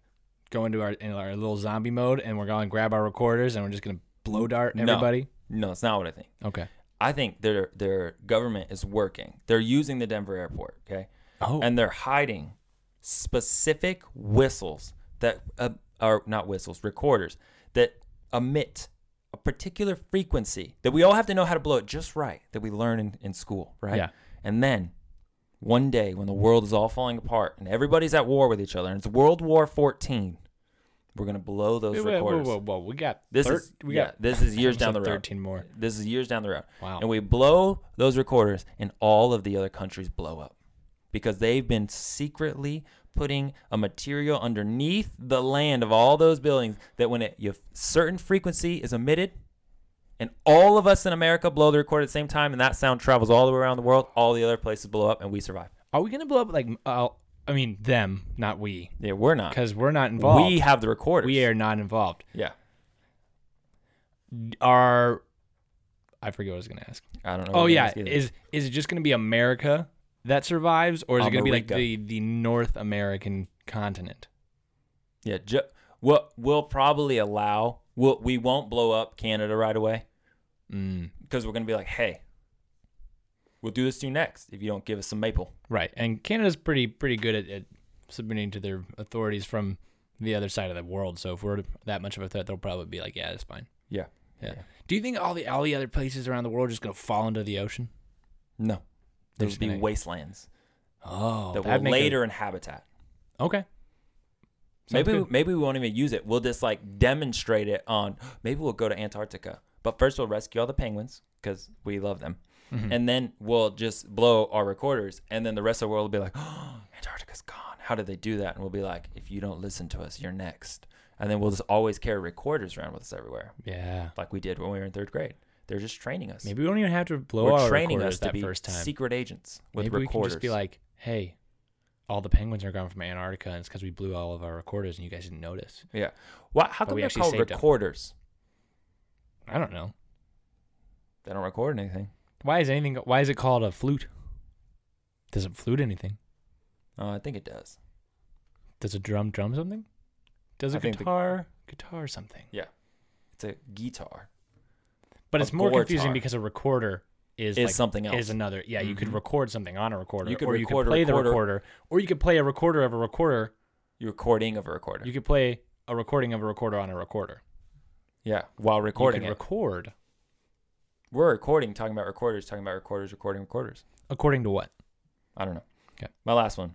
[SPEAKER 1] go into our in our little zombie mode, and we're gonna grab our recorders, and we're just gonna blow dart
[SPEAKER 2] No.
[SPEAKER 1] everybody."
[SPEAKER 2] No, it's not what I think.
[SPEAKER 1] Okay.
[SPEAKER 2] I think their their government is working. They're using the Denver airport. Okay.
[SPEAKER 1] Oh.
[SPEAKER 2] and they're hiding specific whistles that uh, are not whistles, recorders that emit a particular frequency that we all have to know how to blow it just right that we learn in, in school, right?
[SPEAKER 1] Yeah.
[SPEAKER 2] And then one day when the world is all falling apart and everybody's at war with each other and it's World War 14, we're going to blow those
[SPEAKER 1] Wait, wait, whoa,
[SPEAKER 2] recorders.
[SPEAKER 1] whoa, whoa, We got
[SPEAKER 2] This
[SPEAKER 1] thir-
[SPEAKER 2] is
[SPEAKER 1] we
[SPEAKER 2] yeah,
[SPEAKER 1] got
[SPEAKER 2] this is years
[SPEAKER 1] I
[SPEAKER 2] down the
[SPEAKER 1] almost said
[SPEAKER 2] road.
[SPEAKER 1] Thirteen more.
[SPEAKER 2] This is years down the road.
[SPEAKER 1] Wow.
[SPEAKER 2] And we blow those recorders, and all of the other countries blow up because they've been secretly putting a material underneath the land of all those buildings that when it, if certain frequency is emitted, and all of us in America blow the recorder at the same time, and that sound travels all the way around the world, all the other places blow up, and we survive.
[SPEAKER 1] Are we gonna blow up like uh, I mean, them, not we,
[SPEAKER 2] Yeah, we're not.
[SPEAKER 1] because we're not involved.
[SPEAKER 2] We have the recorders.
[SPEAKER 1] we are not involved.
[SPEAKER 2] Yeah.
[SPEAKER 1] Are I forget what I was gonna ask.
[SPEAKER 2] I don't know.
[SPEAKER 1] Oh
[SPEAKER 2] what
[SPEAKER 1] yeah,
[SPEAKER 2] that is either.
[SPEAKER 1] is is it just gonna be America that survives, or is it gonna be like the
[SPEAKER 2] America.
[SPEAKER 1] the North American continent?
[SPEAKER 2] yeah. Ju- we'll, we'll probably allow. We'll, we won't blow up Canada right away
[SPEAKER 1] Mm,
[SPEAKER 2] because we're gonna be like, hey, we'll do this to you next if you don't give us some maple.
[SPEAKER 1] right, and Canada's pretty pretty good at, at submitting to their authorities from the other side of the world. So if we're that much of a threat, they'll probably be like, yeah, it's fine.
[SPEAKER 2] Yeah.
[SPEAKER 1] Yeah. Do you think all the all the other places around the world are just gonna fall into the ocean?
[SPEAKER 2] No.
[SPEAKER 1] They're
[SPEAKER 2] There'll
[SPEAKER 1] just
[SPEAKER 2] be
[SPEAKER 1] gonna-
[SPEAKER 2] wastelands
[SPEAKER 1] Oh,
[SPEAKER 2] that
[SPEAKER 1] that'd
[SPEAKER 2] will
[SPEAKER 1] make a-
[SPEAKER 2] later inhabit. habitat.
[SPEAKER 1] okay. Sounds
[SPEAKER 2] Maybe
[SPEAKER 1] good.
[SPEAKER 2] we, maybe we won't even use it. We'll just like demonstrate it on. Maybe we'll go to Antarctica, but first we'll rescue all the penguins because we love them,
[SPEAKER 1] Mm-hmm.
[SPEAKER 2] and then we'll just blow our recorders, and then the rest of the world will be like, oh, Antarctica's gone. How did they do that? And we'll be like, if you don't listen to us, you're next. And then we'll just always carry recorders around with us everywhere,
[SPEAKER 1] yeah.
[SPEAKER 2] like we did when we were in third grade. They're just training us.
[SPEAKER 1] Maybe we don't even have to blow
[SPEAKER 2] We're
[SPEAKER 1] our
[SPEAKER 2] training
[SPEAKER 1] recorders
[SPEAKER 2] us to
[SPEAKER 1] that
[SPEAKER 2] be
[SPEAKER 1] first time.
[SPEAKER 2] secret agents with
[SPEAKER 1] Maybe we can
[SPEAKER 2] recorders.
[SPEAKER 1] just be like, hey, all the penguins are gone from Antarctica, and it's because we blew all of our recorders, and you guys didn't notice.
[SPEAKER 2] yeah. Why, how
[SPEAKER 1] But
[SPEAKER 2] come
[SPEAKER 1] we
[SPEAKER 2] they're
[SPEAKER 1] actually
[SPEAKER 2] called
[SPEAKER 1] saved 'em.
[SPEAKER 2] recorders?
[SPEAKER 1] I don't know.
[SPEAKER 2] They don't record anything.
[SPEAKER 1] Why is anything? Why is it called a flute? Does it flute anything?
[SPEAKER 2] Oh, I think it does.
[SPEAKER 1] Does a drum drum something? Does a
[SPEAKER 2] I think the-
[SPEAKER 1] guitar guitar something?
[SPEAKER 2] Yeah. It's a guitar.
[SPEAKER 1] But
[SPEAKER 2] a
[SPEAKER 1] it's more confusing
[SPEAKER 2] guitar.
[SPEAKER 1] because a recorder is
[SPEAKER 2] Is
[SPEAKER 1] like-
[SPEAKER 2] something
[SPEAKER 1] Is
[SPEAKER 2] else. Mm-hmm.
[SPEAKER 1] another yeah? You could record something on a recorder,
[SPEAKER 2] You could
[SPEAKER 1] or you
[SPEAKER 2] record
[SPEAKER 1] could
[SPEAKER 2] a
[SPEAKER 1] play the
[SPEAKER 2] recorder.
[SPEAKER 1] recorder, or you could play a recorder of a recorder.
[SPEAKER 2] You're recording of a recorder.
[SPEAKER 1] You could play a recording of a recorder on a recorder.
[SPEAKER 2] yeah, while recording
[SPEAKER 1] you could
[SPEAKER 2] it.
[SPEAKER 1] record
[SPEAKER 2] We're recording, talking about recorders, talking about recorders, recording recorders.
[SPEAKER 1] according to what?
[SPEAKER 2] I don't know.
[SPEAKER 1] Okay.
[SPEAKER 2] My last one.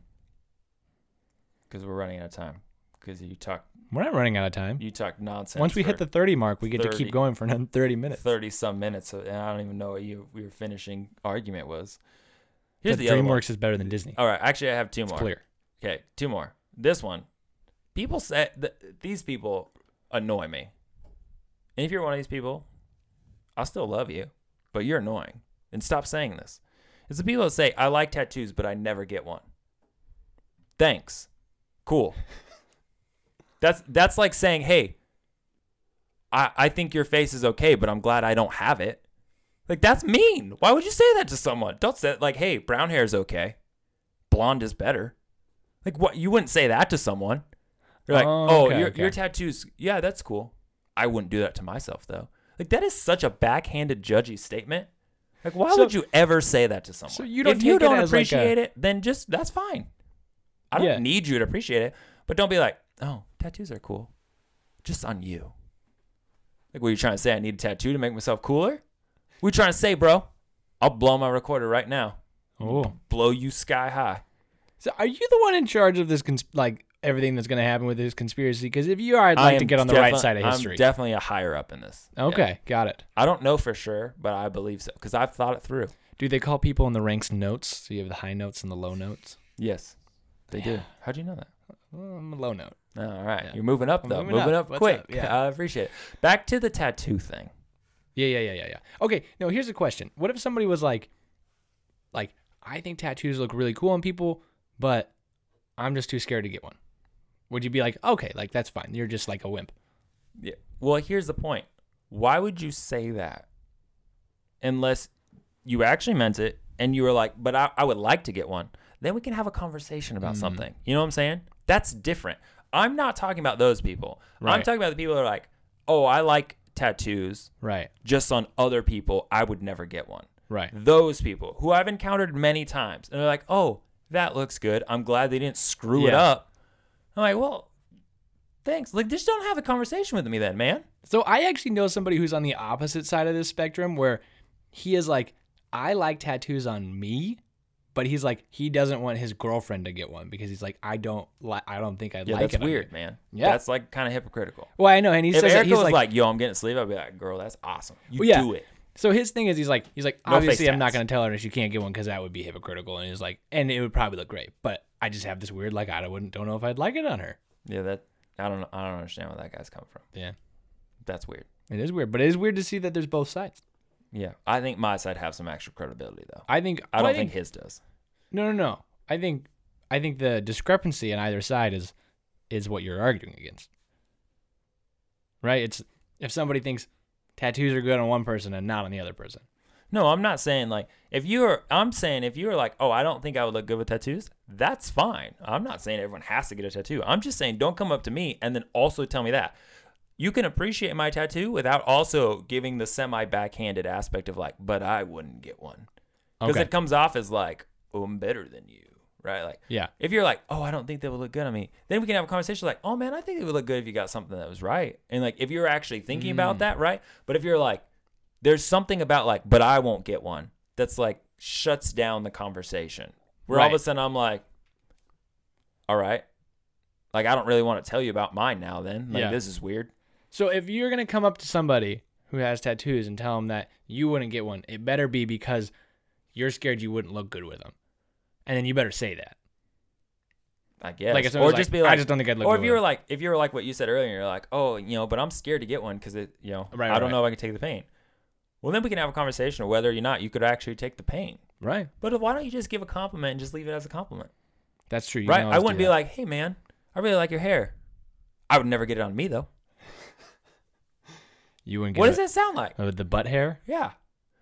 [SPEAKER 2] Because we're running out of time. Because you talk,
[SPEAKER 1] We're not running out of time.
[SPEAKER 2] you talk nonsense.
[SPEAKER 1] Once we hit
[SPEAKER 2] for
[SPEAKER 1] the 30 mark, we get to
[SPEAKER 2] 30.
[SPEAKER 1] keep going for another 30 minutes.
[SPEAKER 2] thirty some minutes, so- and I don't even know what you your finishing argument was.
[SPEAKER 1] That
[SPEAKER 2] Here's the other one.
[SPEAKER 1] DreamWorks is better than Disney.
[SPEAKER 2] All right, actually, I have two more.
[SPEAKER 1] Clear.
[SPEAKER 2] Okay, two more. This one, people say th- these people annoy me. And if you're one of these people, I still love you, but you're annoying. And stop saying this. It's the people that say I like tattoos, but I never get one. Thanks. Cool. that's that's like saying, hey, I I think your face is okay, but I'm glad I don't have it. Like that's mean. Why would you say that to someone? Don't say like, hey, brown hair is okay, blonde is better. Like what? You wouldn't say that to someone. You're like,
[SPEAKER 1] Oh,
[SPEAKER 2] oh,
[SPEAKER 1] okay,
[SPEAKER 2] your,
[SPEAKER 1] okay.
[SPEAKER 2] your tattoos, yeah, that's cool. I wouldn't do that to myself though. Like that is such a backhanded, judgy statement. Like why
[SPEAKER 1] So-
[SPEAKER 2] would you ever say that to someone?
[SPEAKER 1] so you don't
[SPEAKER 2] if you
[SPEAKER 1] take it
[SPEAKER 2] don't
[SPEAKER 1] as, like,
[SPEAKER 2] appreciate
[SPEAKER 1] a-
[SPEAKER 2] it, then just that's fine. I don't
[SPEAKER 1] Yeah.
[SPEAKER 2] need you to appreciate it, but don't be like, oh, tattoos are cool, just on you. Like, what are you trying to say? I need a tattoo to make myself cooler? What you trying to say, bro? I'll blow my recorder right now.
[SPEAKER 1] Oh.
[SPEAKER 2] Blow you sky high.
[SPEAKER 1] So are you the one in charge of this, cons- like, everything that's going to happen with this conspiracy? Because if you are, I'd like to
[SPEAKER 2] am
[SPEAKER 1] get on the
[SPEAKER 2] defi-
[SPEAKER 1] right side of history.
[SPEAKER 2] I'm definitely a higher up in this. Yeah.
[SPEAKER 1] okay, got it.
[SPEAKER 2] I don't know for sure, but I believe so because I've thought it through.
[SPEAKER 1] Do they call people in the ranks notes? So you have the high notes and the low notes?
[SPEAKER 2] Yes, they do. How do you know that?
[SPEAKER 1] Well, I'm a low note.
[SPEAKER 2] Oh, all right,
[SPEAKER 1] Yeah.
[SPEAKER 2] you're moving up
[SPEAKER 1] I'm
[SPEAKER 2] though.
[SPEAKER 1] moving
[SPEAKER 2] Moving,
[SPEAKER 1] up.
[SPEAKER 2] up,
[SPEAKER 1] What's
[SPEAKER 2] quick.
[SPEAKER 1] up? Yeah.
[SPEAKER 2] I appreciate it. Back to the tattoo thing.
[SPEAKER 1] Yeah, yeah, yeah, yeah, yeah. Okay, no, here's a question. What if somebody was like, like, I think tattoos look really cool on people, but I'm just too scared to get one. Would you be like, okay, like that's fine. You're just like a wimp.
[SPEAKER 2] Yeah. Well, here's the point. Why would you say that unless you actually meant it and you were like, but I, I would like to get one? Then we can have a conversation about something. You know what I'm saying? That's different. I'm not talking about those people. I'm
[SPEAKER 1] Right.
[SPEAKER 2] talking about the people that are like, oh, I like tattoos
[SPEAKER 1] Right,
[SPEAKER 2] just on other people. I would never get one.
[SPEAKER 1] right.
[SPEAKER 2] Those people who I've encountered many times. And they're like, oh, that looks good. I'm glad they didn't screw it
[SPEAKER 1] Yeah.
[SPEAKER 2] up. I'm like, well, thanks. Like, just don't have a conversation with me then, man.
[SPEAKER 1] So I actually know somebody who's on the opposite side of this spectrum where he is like, I like tattoos on me, but he's like, he doesn't want his girlfriend to get one because he's like, I don't like, I don't think I
[SPEAKER 2] Yeah,
[SPEAKER 1] like
[SPEAKER 2] that's
[SPEAKER 1] it. on
[SPEAKER 2] weird,
[SPEAKER 1] you."
[SPEAKER 2] man.
[SPEAKER 1] Yeah.
[SPEAKER 2] that's like kind of hypocritical.
[SPEAKER 1] Well, I know, and he
[SPEAKER 2] If
[SPEAKER 1] says that,
[SPEAKER 2] Erica
[SPEAKER 1] he's
[SPEAKER 2] was like,
[SPEAKER 1] like,
[SPEAKER 2] "Yo, I'm getting sleeve," I'd be like, "Girl, that's awesome. You
[SPEAKER 1] Well, yeah.
[SPEAKER 2] do it."
[SPEAKER 1] So his thing is he's like he's like
[SPEAKER 2] No face
[SPEAKER 1] obviously I'm not
[SPEAKER 2] tats.
[SPEAKER 1] gonna tell her that she can't get one because that would be hypocritical and he's like and it would probably look great but I just have this weird like I wouldn't don't know if I'd like it on her.
[SPEAKER 2] Yeah, that I don't know. I don't understand where that guy's coming from.
[SPEAKER 1] Yeah,
[SPEAKER 2] That's weird.
[SPEAKER 1] it is weird, but it is weird to see that there's both sides.
[SPEAKER 2] Yeah, I think my side have some extra credibility though.
[SPEAKER 1] I think
[SPEAKER 2] I don't
[SPEAKER 1] well,
[SPEAKER 2] think his does.
[SPEAKER 1] no no no I think I think the discrepancy on either side is is what you're arguing against. Right? It's if somebody thinks tattoos are good on one person and not on the other person.
[SPEAKER 2] No, I'm not saying like if you are. I'm saying if you are like, oh, I don't think I would look good with tattoos. That's fine. I'm not saying everyone has to get a tattoo. I'm just saying don't come up to me and then also tell me that. You can appreciate my tattoo without also giving the semi backhanded aspect of like, but I wouldn't get one because
[SPEAKER 1] Okay.
[SPEAKER 2] it comes off as like, oh, I'm better than you, right? Like,
[SPEAKER 1] Yeah.
[SPEAKER 2] if you're like, oh, I don't think that would look good on me, then we can have a conversation like, oh man, I think it would look good if you got something that was right. And like, if you're actually thinking
[SPEAKER 1] Mm.
[SPEAKER 2] about that, right? But if you're like, there's something about like, but I won't get one that's like shuts down the conversation. Where all of a
[SPEAKER 1] Right.
[SPEAKER 2] sudden I'm like, all right, like I don't really want to tell you about mine now. Then like
[SPEAKER 1] Yeah.
[SPEAKER 2] this is weird.
[SPEAKER 1] So if you're gonna come up to somebody who has tattoos and tell them that you wouldn't get one, it better be because you're scared you wouldn't look good with them, and then you better say that.
[SPEAKER 2] I guess.
[SPEAKER 1] Like, if
[SPEAKER 2] or
[SPEAKER 1] someone's
[SPEAKER 2] just
[SPEAKER 1] like,
[SPEAKER 2] be like,
[SPEAKER 1] "I just don't think I'd look
[SPEAKER 2] Or
[SPEAKER 1] good
[SPEAKER 2] if
[SPEAKER 1] with
[SPEAKER 2] you were
[SPEAKER 1] it."
[SPEAKER 2] like, if you were like what you said earlier, you're like, oh, you know, but I'm scared to get one because it, you know,
[SPEAKER 1] Right,
[SPEAKER 2] I don't
[SPEAKER 1] right.
[SPEAKER 2] know if I can take the pain. Well, then we can have a conversation of whether or not you could actually take the pain.
[SPEAKER 1] Right.
[SPEAKER 2] But why don't you just give a compliment and just leave it as a compliment,
[SPEAKER 1] That's true. You
[SPEAKER 2] right?
[SPEAKER 1] can
[SPEAKER 2] I
[SPEAKER 1] always
[SPEAKER 2] wouldn't
[SPEAKER 1] do
[SPEAKER 2] be
[SPEAKER 1] that.
[SPEAKER 2] like, hey man, I really like your hair. I would never get it on me though.
[SPEAKER 1] you wouldn't. Get
[SPEAKER 2] What does that sound like?
[SPEAKER 1] Oh, the butt hair.
[SPEAKER 2] Yeah,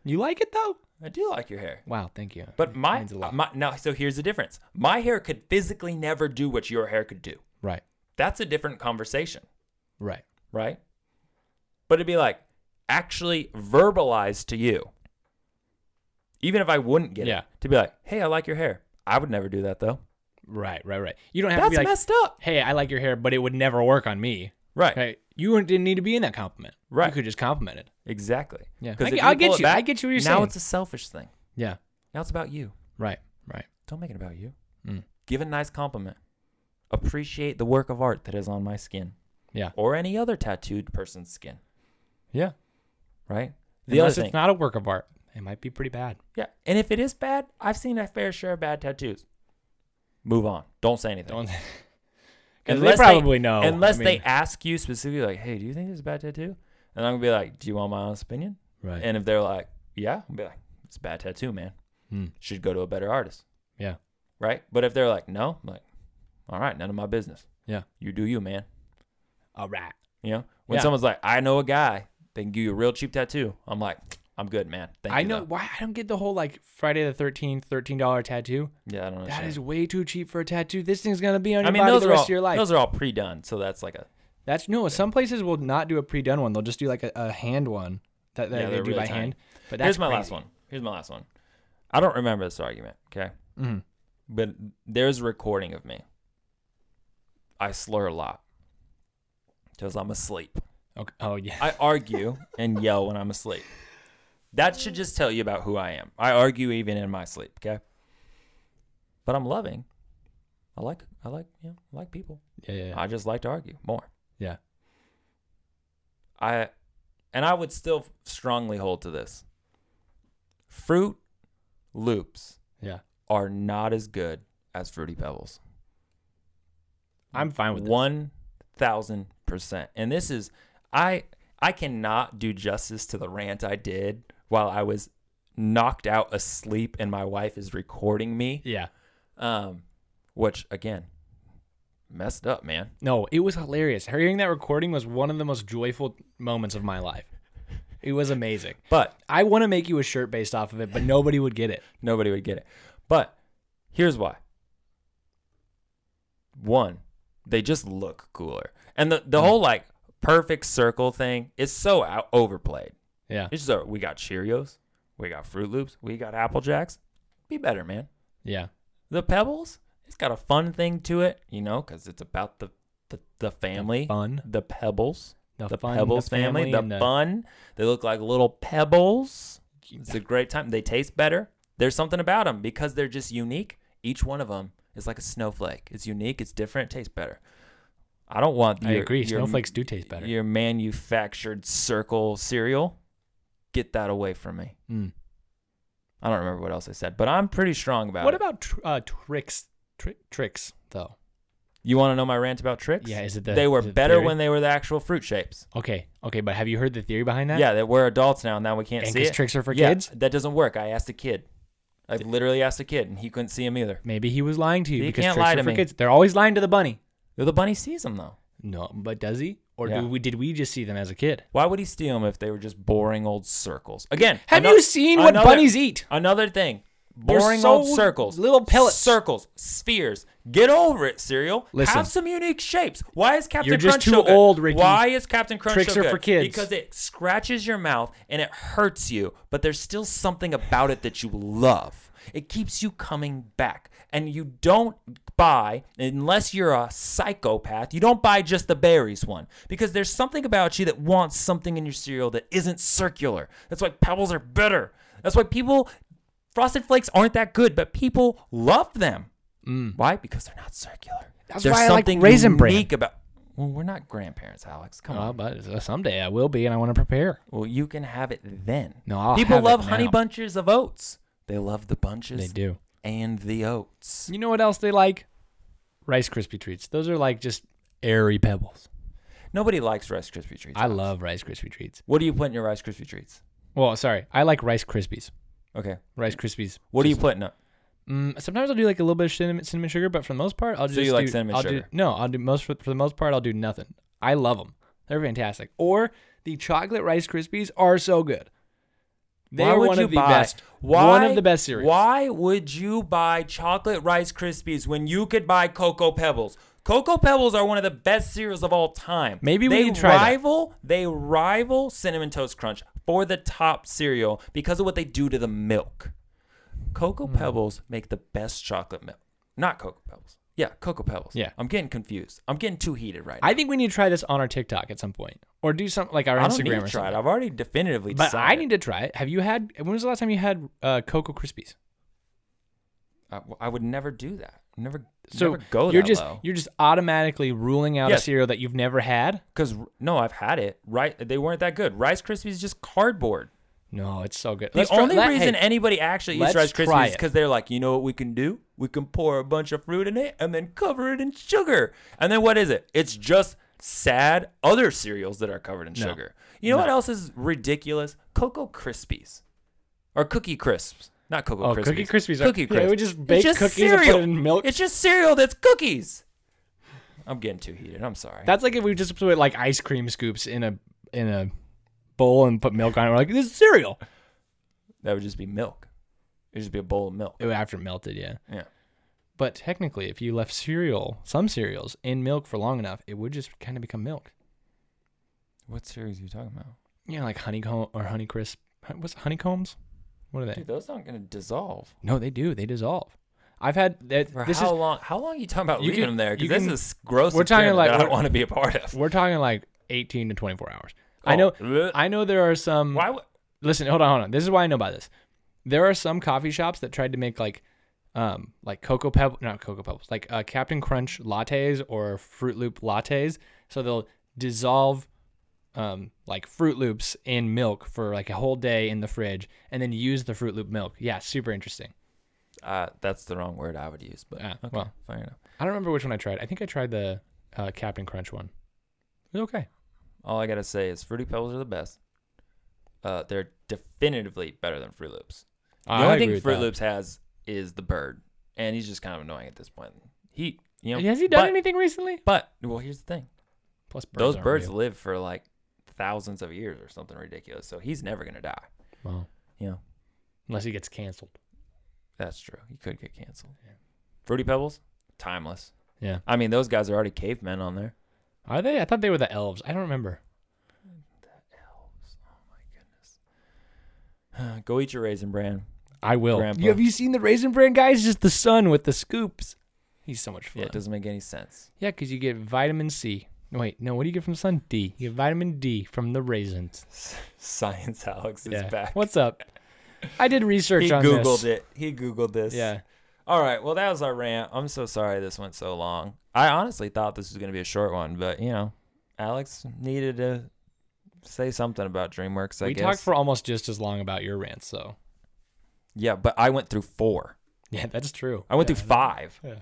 [SPEAKER 1] You like it though?
[SPEAKER 2] I do like your hair.
[SPEAKER 1] Wow. Thank you.
[SPEAKER 2] But my,
[SPEAKER 1] means a lot.
[SPEAKER 2] my now, so here's the difference. My hair could physically never do what your hair could do.
[SPEAKER 1] right.
[SPEAKER 2] That's a different conversation.
[SPEAKER 1] Right.
[SPEAKER 2] right? But it'd be like actually verbalized to you, even if I wouldn't get
[SPEAKER 1] Yeah.
[SPEAKER 2] it, to be like, "Hey, I like your hair." I would never do that though.
[SPEAKER 1] Right. Right. Right. You don't have
[SPEAKER 2] That's
[SPEAKER 1] to be like,
[SPEAKER 2] messed up,
[SPEAKER 1] hey, I like your hair, but it would never work on me.
[SPEAKER 2] right?
[SPEAKER 1] Okay. You wouldn't- didn't need to be in that compliment.
[SPEAKER 2] Right.
[SPEAKER 1] You could just compliment it.
[SPEAKER 2] Exactly.
[SPEAKER 1] Yeah.
[SPEAKER 2] 'Cause
[SPEAKER 1] I
[SPEAKER 2] if
[SPEAKER 1] get- I
[SPEAKER 2] pull
[SPEAKER 1] get
[SPEAKER 2] it
[SPEAKER 1] you. I get you what you're
[SPEAKER 2] Now
[SPEAKER 1] saying.
[SPEAKER 2] it's a selfish thing.
[SPEAKER 1] Yeah.
[SPEAKER 2] Now it's about you.
[SPEAKER 1] Right. Right.
[SPEAKER 2] Don't make it about you.
[SPEAKER 1] Mm.
[SPEAKER 2] Give a nice compliment. Appreciate the work of art that is on my skin.
[SPEAKER 1] Yeah.
[SPEAKER 2] Or any other tattooed person's skin,
[SPEAKER 1] Yeah.
[SPEAKER 2] right?
[SPEAKER 1] The
[SPEAKER 2] The
[SPEAKER 1] Unless
[SPEAKER 2] other thing.
[SPEAKER 1] it's not a work of art, it might be pretty bad.
[SPEAKER 2] Yeah. And if it is bad, I've seen a fair share of bad tattoos. Move on. Don't say anything.
[SPEAKER 1] Don't. Because they probably know. I
[SPEAKER 2] Unless they
[SPEAKER 1] mean-
[SPEAKER 2] ask you specifically, like, hey, do you think this is a bad tattoo? And I'm going to be like, do you want my honest opinion?
[SPEAKER 1] Right.
[SPEAKER 2] And if they're like, yeah, I'll be like, it's a bad tattoo, man.
[SPEAKER 1] Hmm.
[SPEAKER 2] Should go to a better artist.
[SPEAKER 1] Yeah.
[SPEAKER 2] Right. But if they're like, no, I'm like, all right, none of my business.
[SPEAKER 1] Yeah.
[SPEAKER 2] You do you, man.
[SPEAKER 1] All right.
[SPEAKER 2] You know, when
[SPEAKER 1] Yeah.
[SPEAKER 2] someone's like, I know a guy, they can give you a real cheap tattoo. I'm like, I'm good, man. Thank
[SPEAKER 1] I
[SPEAKER 2] you.
[SPEAKER 1] know
[SPEAKER 2] though."
[SPEAKER 1] why I don't get the whole like Friday the thirteenth, thirteen dollar tattoo.
[SPEAKER 2] Yeah, I don't know.
[SPEAKER 1] That is way too cheap for a tattoo. This thing's gonna be on your
[SPEAKER 2] Oh, I mean,
[SPEAKER 1] body
[SPEAKER 2] those
[SPEAKER 1] the
[SPEAKER 2] are
[SPEAKER 1] rest
[SPEAKER 2] all
[SPEAKER 1] of your life.
[SPEAKER 2] those are all pre-done, so that's like a
[SPEAKER 1] That's no. Some places will not do a pre-done one. They'll just do like a, a hand one that, that
[SPEAKER 2] Yeah,
[SPEAKER 1] they
[SPEAKER 2] they're
[SPEAKER 1] do
[SPEAKER 2] really
[SPEAKER 1] by
[SPEAKER 2] tiny.
[SPEAKER 1] hand. But that's
[SPEAKER 2] Here's my
[SPEAKER 1] crazy.
[SPEAKER 2] last one. Here's my last one. I don't remember this argument, okay?
[SPEAKER 1] Mhm.
[SPEAKER 2] But there's a recording of me. I slur a lot because I'm asleep.
[SPEAKER 1] Okay. Oh yeah.
[SPEAKER 2] I argue and yell when I'm asleep. That should just tell you about who I am. I argue even in my sleep, okay? But I'm loving. I like I like you know, I like people.
[SPEAKER 1] Yeah. Yeah. yeah.
[SPEAKER 2] I just like to argue more.
[SPEAKER 1] Yeah.
[SPEAKER 2] I and I would still strongly hold to this. Fruit loops
[SPEAKER 1] Yeah.
[SPEAKER 2] are not as good as fruity pebbles.
[SPEAKER 1] I'm fine with this.
[SPEAKER 2] One thousand percent. And this is I I cannot do justice to the rant I did while I was knocked out asleep and my wife is recording me.
[SPEAKER 1] Yeah.
[SPEAKER 2] Um which again messed up, man.
[SPEAKER 1] No, it was hilarious. Hearing that recording was one of the most joyful moments of my life. It was amazing.
[SPEAKER 2] But
[SPEAKER 1] I want to make you a shirt based off of it, but nobody would get it.
[SPEAKER 2] nobody would get it. But here's why. One, they just look cooler. And the,
[SPEAKER 1] Mm.
[SPEAKER 2] the whole like perfect circle thing is so out- overplayed.
[SPEAKER 1] Yeah.
[SPEAKER 2] It's just a, we got Cheerios, we got Fruit Loops, we got Apple Jacks. Be better, man.
[SPEAKER 1] Yeah.
[SPEAKER 2] The Pebbles, it's got a fun thing to it, you know, because it's about the, the, the family,
[SPEAKER 1] Fun.
[SPEAKER 2] the Pebbles,
[SPEAKER 1] The,
[SPEAKER 2] the
[SPEAKER 1] fun, the
[SPEAKER 2] Pebbles family,
[SPEAKER 1] and
[SPEAKER 2] the fun. They look like little pebbles. It's a great time. They taste better. There's something about them because they're just unique. Each one of them is like a snowflake. It's unique. It's different. It tastes better. I don't want.
[SPEAKER 1] I
[SPEAKER 2] your-
[SPEAKER 1] agree.
[SPEAKER 2] your-
[SPEAKER 1] Snowflakes do taste better.
[SPEAKER 2] Your manufactured circle cereal. Get that away from me.
[SPEAKER 1] Mm.
[SPEAKER 2] I don't remember what else I said, but I'm pretty strong about
[SPEAKER 1] What
[SPEAKER 2] it.
[SPEAKER 1] about tr- uh, tricks? Tri- tricks though.
[SPEAKER 2] you want to know my rant about tricks?
[SPEAKER 1] Yeah, is it the-
[SPEAKER 2] they were
[SPEAKER 1] is it
[SPEAKER 2] better
[SPEAKER 1] theory?
[SPEAKER 2] when they were the actual fruit shapes.
[SPEAKER 1] Okay. Okay, but have you heard the theory behind that?
[SPEAKER 2] Yeah, that we're adults now. Now we can't
[SPEAKER 1] And
[SPEAKER 2] see
[SPEAKER 1] 'cause
[SPEAKER 2] it.
[SPEAKER 1] tricks are for
[SPEAKER 2] Yeah,
[SPEAKER 1] kids?
[SPEAKER 2] That doesn't work. I asked a kid. I've literally asked a kid, and he couldn't see him either.
[SPEAKER 1] Maybe he was lying to you
[SPEAKER 2] He
[SPEAKER 1] because
[SPEAKER 2] can't
[SPEAKER 1] tricks
[SPEAKER 2] lie
[SPEAKER 1] are
[SPEAKER 2] to
[SPEAKER 1] for
[SPEAKER 2] me.
[SPEAKER 1] kids. They're always lying to the bunny.
[SPEAKER 2] The bunny sees him though.
[SPEAKER 1] No, but does he? Or
[SPEAKER 2] Yeah.
[SPEAKER 1] do we, did we just see them as a kid?
[SPEAKER 2] Why would he steal them if they were just boring old circles? Again,
[SPEAKER 1] Have
[SPEAKER 2] ano-
[SPEAKER 1] you seen what
[SPEAKER 2] another-
[SPEAKER 1] bunnies eat?
[SPEAKER 2] Another thing,
[SPEAKER 1] They're
[SPEAKER 2] boring
[SPEAKER 1] so
[SPEAKER 2] old circles,
[SPEAKER 1] little pellets.
[SPEAKER 2] circles, spheres. Get over it, cereal.
[SPEAKER 1] Listen.
[SPEAKER 2] have some unique shapes. Why is Captain
[SPEAKER 1] You're just
[SPEAKER 2] Crunch
[SPEAKER 1] too
[SPEAKER 2] so good?
[SPEAKER 1] old, Ricky.
[SPEAKER 2] Why is Captain Crunch
[SPEAKER 1] Tricks
[SPEAKER 2] so
[SPEAKER 1] are
[SPEAKER 2] good?
[SPEAKER 1] for kids.
[SPEAKER 2] Because it scratches your mouth and it hurts you, but there's still something about it that you love. It keeps you coming back. And you don't buy, unless you're a psychopath, you don't buy just the berries one because there's something about you that wants something in your cereal that isn't circular. That's why pebbles are better. That's why people, Frosted Flakes aren't that good, but people love them. Why? Because they're not circular.
[SPEAKER 1] Mm. That's
[SPEAKER 2] There's
[SPEAKER 1] why I like
[SPEAKER 2] something
[SPEAKER 1] Raisin Bran.
[SPEAKER 2] unique about. Well, we're not grandparents, Alex. Come
[SPEAKER 1] Uh,
[SPEAKER 2] on.
[SPEAKER 1] but someday I will be, and I want to prepare.
[SPEAKER 2] Well, you can have it then.
[SPEAKER 1] No, I'll
[SPEAKER 2] people
[SPEAKER 1] have it
[SPEAKER 2] love honey
[SPEAKER 1] now.
[SPEAKER 2] bunches of oats. They love the
[SPEAKER 1] They
[SPEAKER 2] bunches
[SPEAKER 1] do.
[SPEAKER 2] and the oats.
[SPEAKER 1] You know what else they like? Rice Krispie treats. Those are like just airy pebbles.
[SPEAKER 2] Nobody likes Rice Krispie treats.
[SPEAKER 1] I love Rice Krispie treats.
[SPEAKER 2] What do you put in your Rice Krispie treats?
[SPEAKER 1] Well, sorry, I like Rice Krispies.
[SPEAKER 2] Okay.
[SPEAKER 1] Rice Krispies.
[SPEAKER 2] What do you put in it?
[SPEAKER 1] Mm, sometimes I'll do like a little bit of cinnamon, cinnamon sugar, but for the most part, I'll just
[SPEAKER 2] you like
[SPEAKER 1] do-
[SPEAKER 2] cinnamon
[SPEAKER 1] I'll
[SPEAKER 2] sugar?
[SPEAKER 1] Do, no, I'll do most for, for the most part. I'll do nothing. I love them. They're fantastic. Or the chocolate Rice Krispies are so good. They
[SPEAKER 2] why
[SPEAKER 1] are
[SPEAKER 2] would
[SPEAKER 1] one
[SPEAKER 2] you
[SPEAKER 1] of the
[SPEAKER 2] buy,
[SPEAKER 1] best.
[SPEAKER 2] Why,
[SPEAKER 1] one of the best cereals.
[SPEAKER 2] Why would you buy chocolate Rice Krispies when you could buy Cocoa Pebbles? Cocoa Pebbles are one of the best cereals of all time.
[SPEAKER 1] Maybe we
[SPEAKER 2] they
[SPEAKER 1] can try that.
[SPEAKER 2] rival they rival Cinnamon Toast Crunch for the top cereal because of what they do to the milk. Cocoa
[SPEAKER 1] Hmm.
[SPEAKER 2] Pebbles make the best chocolate milk. Not Cocoa Pebbles. Yeah, Cocoa Pebbles.
[SPEAKER 1] Yeah.
[SPEAKER 2] I'm getting confused. I'm getting too heated right now.
[SPEAKER 1] I think we need to try this on our TikTok at some point, or do something like our
[SPEAKER 2] I don't
[SPEAKER 1] Instagram
[SPEAKER 2] need
[SPEAKER 1] or
[SPEAKER 2] to try
[SPEAKER 1] something.
[SPEAKER 2] it. I've already definitively
[SPEAKER 1] But
[SPEAKER 2] decided.
[SPEAKER 1] I need to try it. Have you had? When was the last time you had uh, Cocoa Krispies?
[SPEAKER 2] I, I would never do that. Never.
[SPEAKER 1] So
[SPEAKER 2] never go
[SPEAKER 1] you're
[SPEAKER 2] that
[SPEAKER 1] just
[SPEAKER 2] low.
[SPEAKER 1] you're just automatically ruling out a
[SPEAKER 2] Yes.
[SPEAKER 1] cereal that you've never had.
[SPEAKER 2] Because no, I've had it. Right, they weren't that good. Rice Krispies is just cardboard.
[SPEAKER 1] No, it's so good.
[SPEAKER 2] The
[SPEAKER 1] Let's try-
[SPEAKER 2] only
[SPEAKER 1] let- hey,
[SPEAKER 2] reason anybody actually eats
[SPEAKER 1] let's
[SPEAKER 2] Rice
[SPEAKER 1] try
[SPEAKER 2] Krispies is
[SPEAKER 1] it.
[SPEAKER 2] because they're like, you know what we can do? We can pour a bunch of fruit in it and then cover it in sugar. And then what is it? It's just sad other cereals that are covered in sugar. You know what else is ridiculous? Cocoa Krispies or Cookie Crisps. Not Cocoa
[SPEAKER 1] Oh,
[SPEAKER 2] Krispies.
[SPEAKER 1] Cookie Krispies are-
[SPEAKER 2] Cookie
[SPEAKER 1] yeah, we
[SPEAKER 2] Crisps.
[SPEAKER 1] just
[SPEAKER 2] It's
[SPEAKER 1] bake cookies and put it in milk.
[SPEAKER 2] It's just cereal that's cookies. I'm getting too heated. I'm sorry.
[SPEAKER 1] That's like if we just put like ice cream scoops in a in a bowl and put milk on it. We're like, this is cereal.
[SPEAKER 2] That would just be milk. It'd just be a bowl of milk.
[SPEAKER 1] It would- after it melted, yeah.
[SPEAKER 2] Yeah.
[SPEAKER 1] But technically, if you left cereal, some cereals in milk for long enough, it would just kind of become milk.
[SPEAKER 2] What series are you talking about?
[SPEAKER 1] You know, like honeycomb or honeycrisp. Hon- What's honeycombs? What are they?
[SPEAKER 2] Dude, those aren't gonna dissolve.
[SPEAKER 1] No, they do. They dissolve. I've had that.
[SPEAKER 2] For
[SPEAKER 1] This
[SPEAKER 2] how
[SPEAKER 1] is
[SPEAKER 2] long? How long are you talking about
[SPEAKER 1] You
[SPEAKER 2] leaving
[SPEAKER 1] can-
[SPEAKER 2] them there?
[SPEAKER 1] you
[SPEAKER 2] Because this
[SPEAKER 1] can-
[SPEAKER 2] is gross.
[SPEAKER 1] we're talking
[SPEAKER 2] experiment
[SPEAKER 1] like-
[SPEAKER 2] that I don't
[SPEAKER 1] we're-
[SPEAKER 2] want to be a part of.
[SPEAKER 1] we're talking like 18 to 24 hours.
[SPEAKER 2] Oh,
[SPEAKER 1] I know.
[SPEAKER 2] bleh.
[SPEAKER 1] I know there are some.
[SPEAKER 2] Why? would-
[SPEAKER 1] listen, hold on, hold on. This is why I know about this. There are some coffee shops that tried to make like, um, like cocoa pebble, not cocoa pebbles, like uh, Captain Crunch lattes or Fruit Loop lattes. So they'll dissolve, um, like Fruit Loops in milk for like a whole day in the fridge, and then use the Fruit Loop milk. Yeah, super interesting.
[SPEAKER 2] Uh, that's the wrong word I would use, but
[SPEAKER 1] Yeah,
[SPEAKER 2] okay,
[SPEAKER 1] well.
[SPEAKER 2] fair enough.
[SPEAKER 1] I don't remember which one I tried. I think I tried the uh, Captain Crunch one. It was okay.
[SPEAKER 2] All I gotta say is Fruity Pebbles are the best. Uh, they're definitively better than Fruit Loops. The
[SPEAKER 1] I
[SPEAKER 2] only
[SPEAKER 1] agree
[SPEAKER 2] thing
[SPEAKER 1] with
[SPEAKER 2] Fruit
[SPEAKER 1] that.
[SPEAKER 2] Loops has is the bird, and he's just kind of annoying at this point. He, you know,
[SPEAKER 1] Has he done
[SPEAKER 2] but-
[SPEAKER 1] anything recently?
[SPEAKER 2] But well, here's the thing:
[SPEAKER 1] Plus, birds
[SPEAKER 2] those
[SPEAKER 1] aren't
[SPEAKER 2] birds
[SPEAKER 1] real.
[SPEAKER 2] live for like thousands of years or something ridiculous, so he's never gonna die.
[SPEAKER 1] Well,
[SPEAKER 2] You know.
[SPEAKER 1] unless he gets canceled.
[SPEAKER 2] That's true. He could get canceled. Fruity Pebbles, timeless.
[SPEAKER 1] Yeah.
[SPEAKER 2] I mean, those guys are already cavemen on there.
[SPEAKER 1] Are they? I thought they were the elves. I don't remember.
[SPEAKER 2] Go eat your raisin bran.
[SPEAKER 1] I will.
[SPEAKER 2] Grandpa.
[SPEAKER 1] You- have you seen the Raisin Bran guy? It's just the sun with the scoops. He's so much
[SPEAKER 2] Yeah,
[SPEAKER 1] fun.
[SPEAKER 2] it doesn't make any sense.
[SPEAKER 1] Yeah, because you get vitamin C. No, Wait, no. What do you get from the sun? D. You get vitamin D from the raisins.
[SPEAKER 2] Science Alex is
[SPEAKER 1] Yeah.
[SPEAKER 2] back.
[SPEAKER 1] What's up? I did research
[SPEAKER 2] he
[SPEAKER 1] on
[SPEAKER 2] googled
[SPEAKER 1] this.
[SPEAKER 2] it. He googled this.
[SPEAKER 1] Yeah.
[SPEAKER 2] All right. Well, that was our rant. I'm so sorry this went so long. I honestly thought this was going to be a short one, but you know, Alex needed to say something about DreamWorks. I
[SPEAKER 1] we
[SPEAKER 2] guess.
[SPEAKER 1] talked for almost just as long about your rants, so
[SPEAKER 2] yeah, but I went through four.
[SPEAKER 1] yeah, that's true.
[SPEAKER 2] I went
[SPEAKER 1] yeah,
[SPEAKER 2] through five,
[SPEAKER 1] Yeah.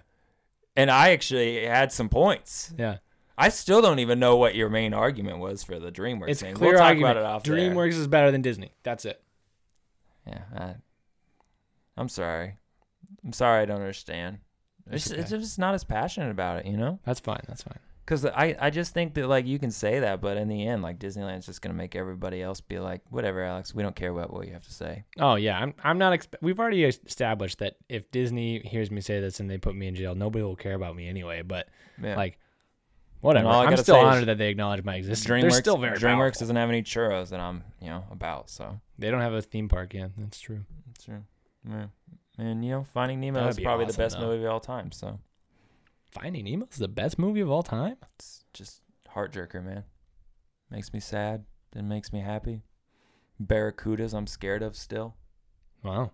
[SPEAKER 2] and I actually had some points.
[SPEAKER 1] Yeah.
[SPEAKER 2] I still don't even know what your main argument was for the DreamWorks
[SPEAKER 1] It's a
[SPEAKER 2] thing.
[SPEAKER 1] clear
[SPEAKER 2] we'll talk
[SPEAKER 1] argument.
[SPEAKER 2] about it off
[SPEAKER 1] DreamWorks is better than Disney. That's it.
[SPEAKER 2] There. Yeah, I, I'm sorry. I'm sorry I don't understand. It's,
[SPEAKER 1] That's
[SPEAKER 2] it's
[SPEAKER 1] okay.
[SPEAKER 2] just not as passionate about it, you know?
[SPEAKER 1] That's fine. That's fine.
[SPEAKER 2] Because I, I just think that, like, you can say that, but in the end, like, Disneyland's just going to make everybody else be like, whatever, Alex, we don't care about what you have to say.
[SPEAKER 1] Oh yeah, I'm. I'm not. Expe- We've already established that if Disney hears me say this and they put me in jail, nobody will care about me anyway. But
[SPEAKER 2] Yeah.
[SPEAKER 1] like, whatever.
[SPEAKER 2] all I
[SPEAKER 1] I'm
[SPEAKER 2] gotta
[SPEAKER 1] still
[SPEAKER 2] say is
[SPEAKER 1] honored that they acknowledge my existence. They're still very
[SPEAKER 2] DreamWorks
[SPEAKER 1] DreamWorks.
[SPEAKER 2] doesn't have any churros that I'm, you know, about, so.
[SPEAKER 1] They don't have a theme park yet. That's true.
[SPEAKER 2] That's true. Yeah. And, you know, Finding Nemo
[SPEAKER 1] That'd
[SPEAKER 2] is
[SPEAKER 1] be
[SPEAKER 2] probably the
[SPEAKER 1] awesome,
[SPEAKER 2] best
[SPEAKER 1] though.
[SPEAKER 2] movie of all time, so.
[SPEAKER 1] Finding Nemo is the best movie of all time.
[SPEAKER 2] It's just heart jerker, man. Makes me sad, then makes me happy. Barracudas, I'm scared of still.
[SPEAKER 1] Wow.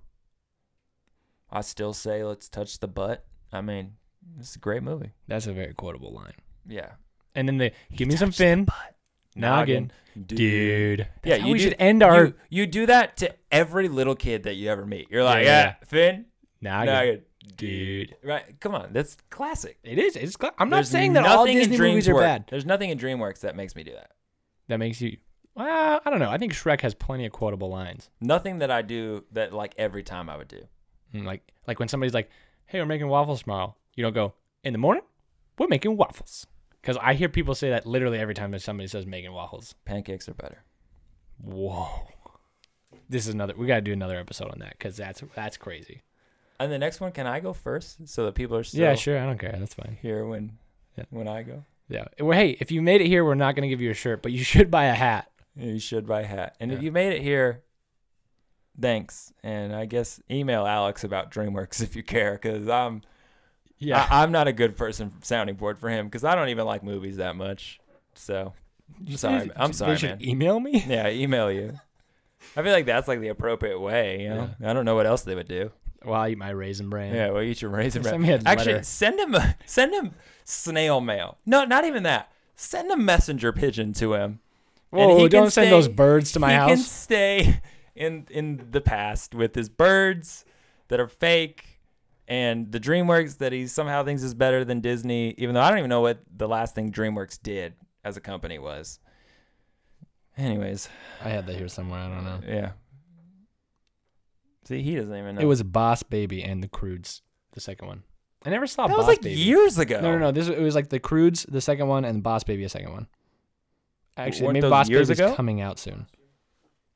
[SPEAKER 2] I still say, let's touch the butt. I mean, it's a great movie.
[SPEAKER 1] That's a very quotable line.
[SPEAKER 2] Yeah.
[SPEAKER 1] And then they give me some
[SPEAKER 2] touched the
[SPEAKER 1] fin,
[SPEAKER 2] butt.
[SPEAKER 1] noggin,
[SPEAKER 2] Dude.
[SPEAKER 1] dude.
[SPEAKER 2] Yeah,
[SPEAKER 1] That's how
[SPEAKER 2] you
[SPEAKER 1] we
[SPEAKER 2] do-
[SPEAKER 1] should end our
[SPEAKER 2] you, you do that to every little kid that you ever meet. You're
[SPEAKER 1] Yeah,
[SPEAKER 2] like,
[SPEAKER 1] yeah,
[SPEAKER 2] yeah, Finn,
[SPEAKER 1] noggin,
[SPEAKER 2] noggin,
[SPEAKER 1] dude.
[SPEAKER 2] Right? Come on, that's classic.
[SPEAKER 1] It is. It's. cla- I'm not
[SPEAKER 2] There's
[SPEAKER 1] saying that all
[SPEAKER 2] nothing in
[SPEAKER 1] Disney movies are
[SPEAKER 2] DreamWorks-
[SPEAKER 1] bad.
[SPEAKER 2] There's nothing in DreamWorks that makes me do that.
[SPEAKER 1] That makes you. Well, I don't know. I think Shrek has plenty of quotable lines.
[SPEAKER 2] Nothing that I do that like every time I would do.
[SPEAKER 1] Mm, Like like when somebody's like, "Hey, we're making waffles tomorrow." You don't go in the morning. We're making waffles. Because I hear people say that literally every time that somebody says making waffles.
[SPEAKER 2] Pancakes are better.
[SPEAKER 1] Whoa. This is another. We gotta do another episode on that because that's that's crazy.
[SPEAKER 2] And the next one, can I go first so that people are still
[SPEAKER 1] yeah, sure. I don't care. That's fine.
[SPEAKER 2] here when
[SPEAKER 1] Yeah.
[SPEAKER 2] when I go?
[SPEAKER 1] Yeah. Well, hey, if you made it here, we're not gonna give you a shirt, but you should buy a hat.
[SPEAKER 2] Yeah, You should buy a hat. And if
[SPEAKER 1] Yeah.
[SPEAKER 2] you made it here, thanks. And I guess email Alex about DreamWorks if you care, because I'm
[SPEAKER 1] Yeah.
[SPEAKER 2] I, I'm not a good person sounding board for him because I don't even like movies that much. So
[SPEAKER 1] You
[SPEAKER 2] Ah, sorry,
[SPEAKER 1] should-
[SPEAKER 2] man. I'm sorry,
[SPEAKER 1] They should
[SPEAKER 2] man.
[SPEAKER 1] email me.
[SPEAKER 2] yeah, email you. I feel like that's like the appropriate way. You know, I don't know what else they would do.
[SPEAKER 1] Well, I eat my raisin bran.
[SPEAKER 2] Yeah, well, eat your raisin
[SPEAKER 1] Send
[SPEAKER 2] bread.
[SPEAKER 1] me a
[SPEAKER 2] Actually,
[SPEAKER 1] letter.
[SPEAKER 2] send him a, send him snail mail. No, not even that. Send a messenger pigeon to him. and he
[SPEAKER 1] Whoa!
[SPEAKER 2] can
[SPEAKER 1] Don't send those
[SPEAKER 2] stay-
[SPEAKER 1] birds to my
[SPEAKER 2] he
[SPEAKER 1] house.
[SPEAKER 2] can stay in in the past with his birds that are fake and the DreamWorks that he somehow thinks is better than Disney, even though I don't even know what the last thing DreamWorks did as a company was. Anyways,
[SPEAKER 1] I had that here somewhere. I don't know.
[SPEAKER 2] yeah. See, he doesn't even know.
[SPEAKER 1] It was Boss Baby and the Crudes, the second one. I never saw
[SPEAKER 2] that
[SPEAKER 1] Boss
[SPEAKER 2] was like
[SPEAKER 1] Baby.
[SPEAKER 2] years ago.
[SPEAKER 1] No, no, no. This it was like the Crudes, the second one, and Boss Baby, the second one. Actually,
[SPEAKER 2] Weren't
[SPEAKER 1] maybe
[SPEAKER 2] those
[SPEAKER 1] Boss
[SPEAKER 2] years
[SPEAKER 1] Baby's
[SPEAKER 2] ago?
[SPEAKER 1] coming out soon.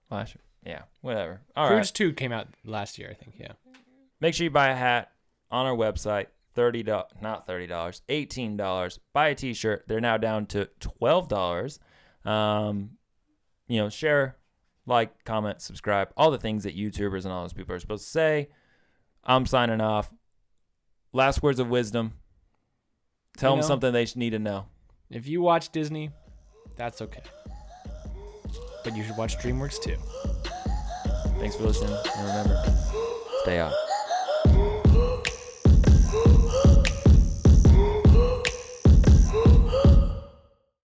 [SPEAKER 2] Flash. Yeah, whatever. All right.
[SPEAKER 1] Crudes Two came out last year, I think. Yeah.
[SPEAKER 2] Make sure you buy a hat on our website. Thirty dollars, not thirty dollars, eighteen dollars. Buy a T-shirt. They're now down to twelve dollars. Um, you know, share, like, comment, subscribe, all the things that YouTubers and all those people are supposed to say. I'm signing off. Last words of wisdom.
[SPEAKER 1] You
[SPEAKER 2] Tell them
[SPEAKER 1] know-
[SPEAKER 2] something they sh- need to know.
[SPEAKER 1] If you watch Disney, that's okay. But you should watch DreamWorks too.
[SPEAKER 2] Thanks for listening. And remember, stay out.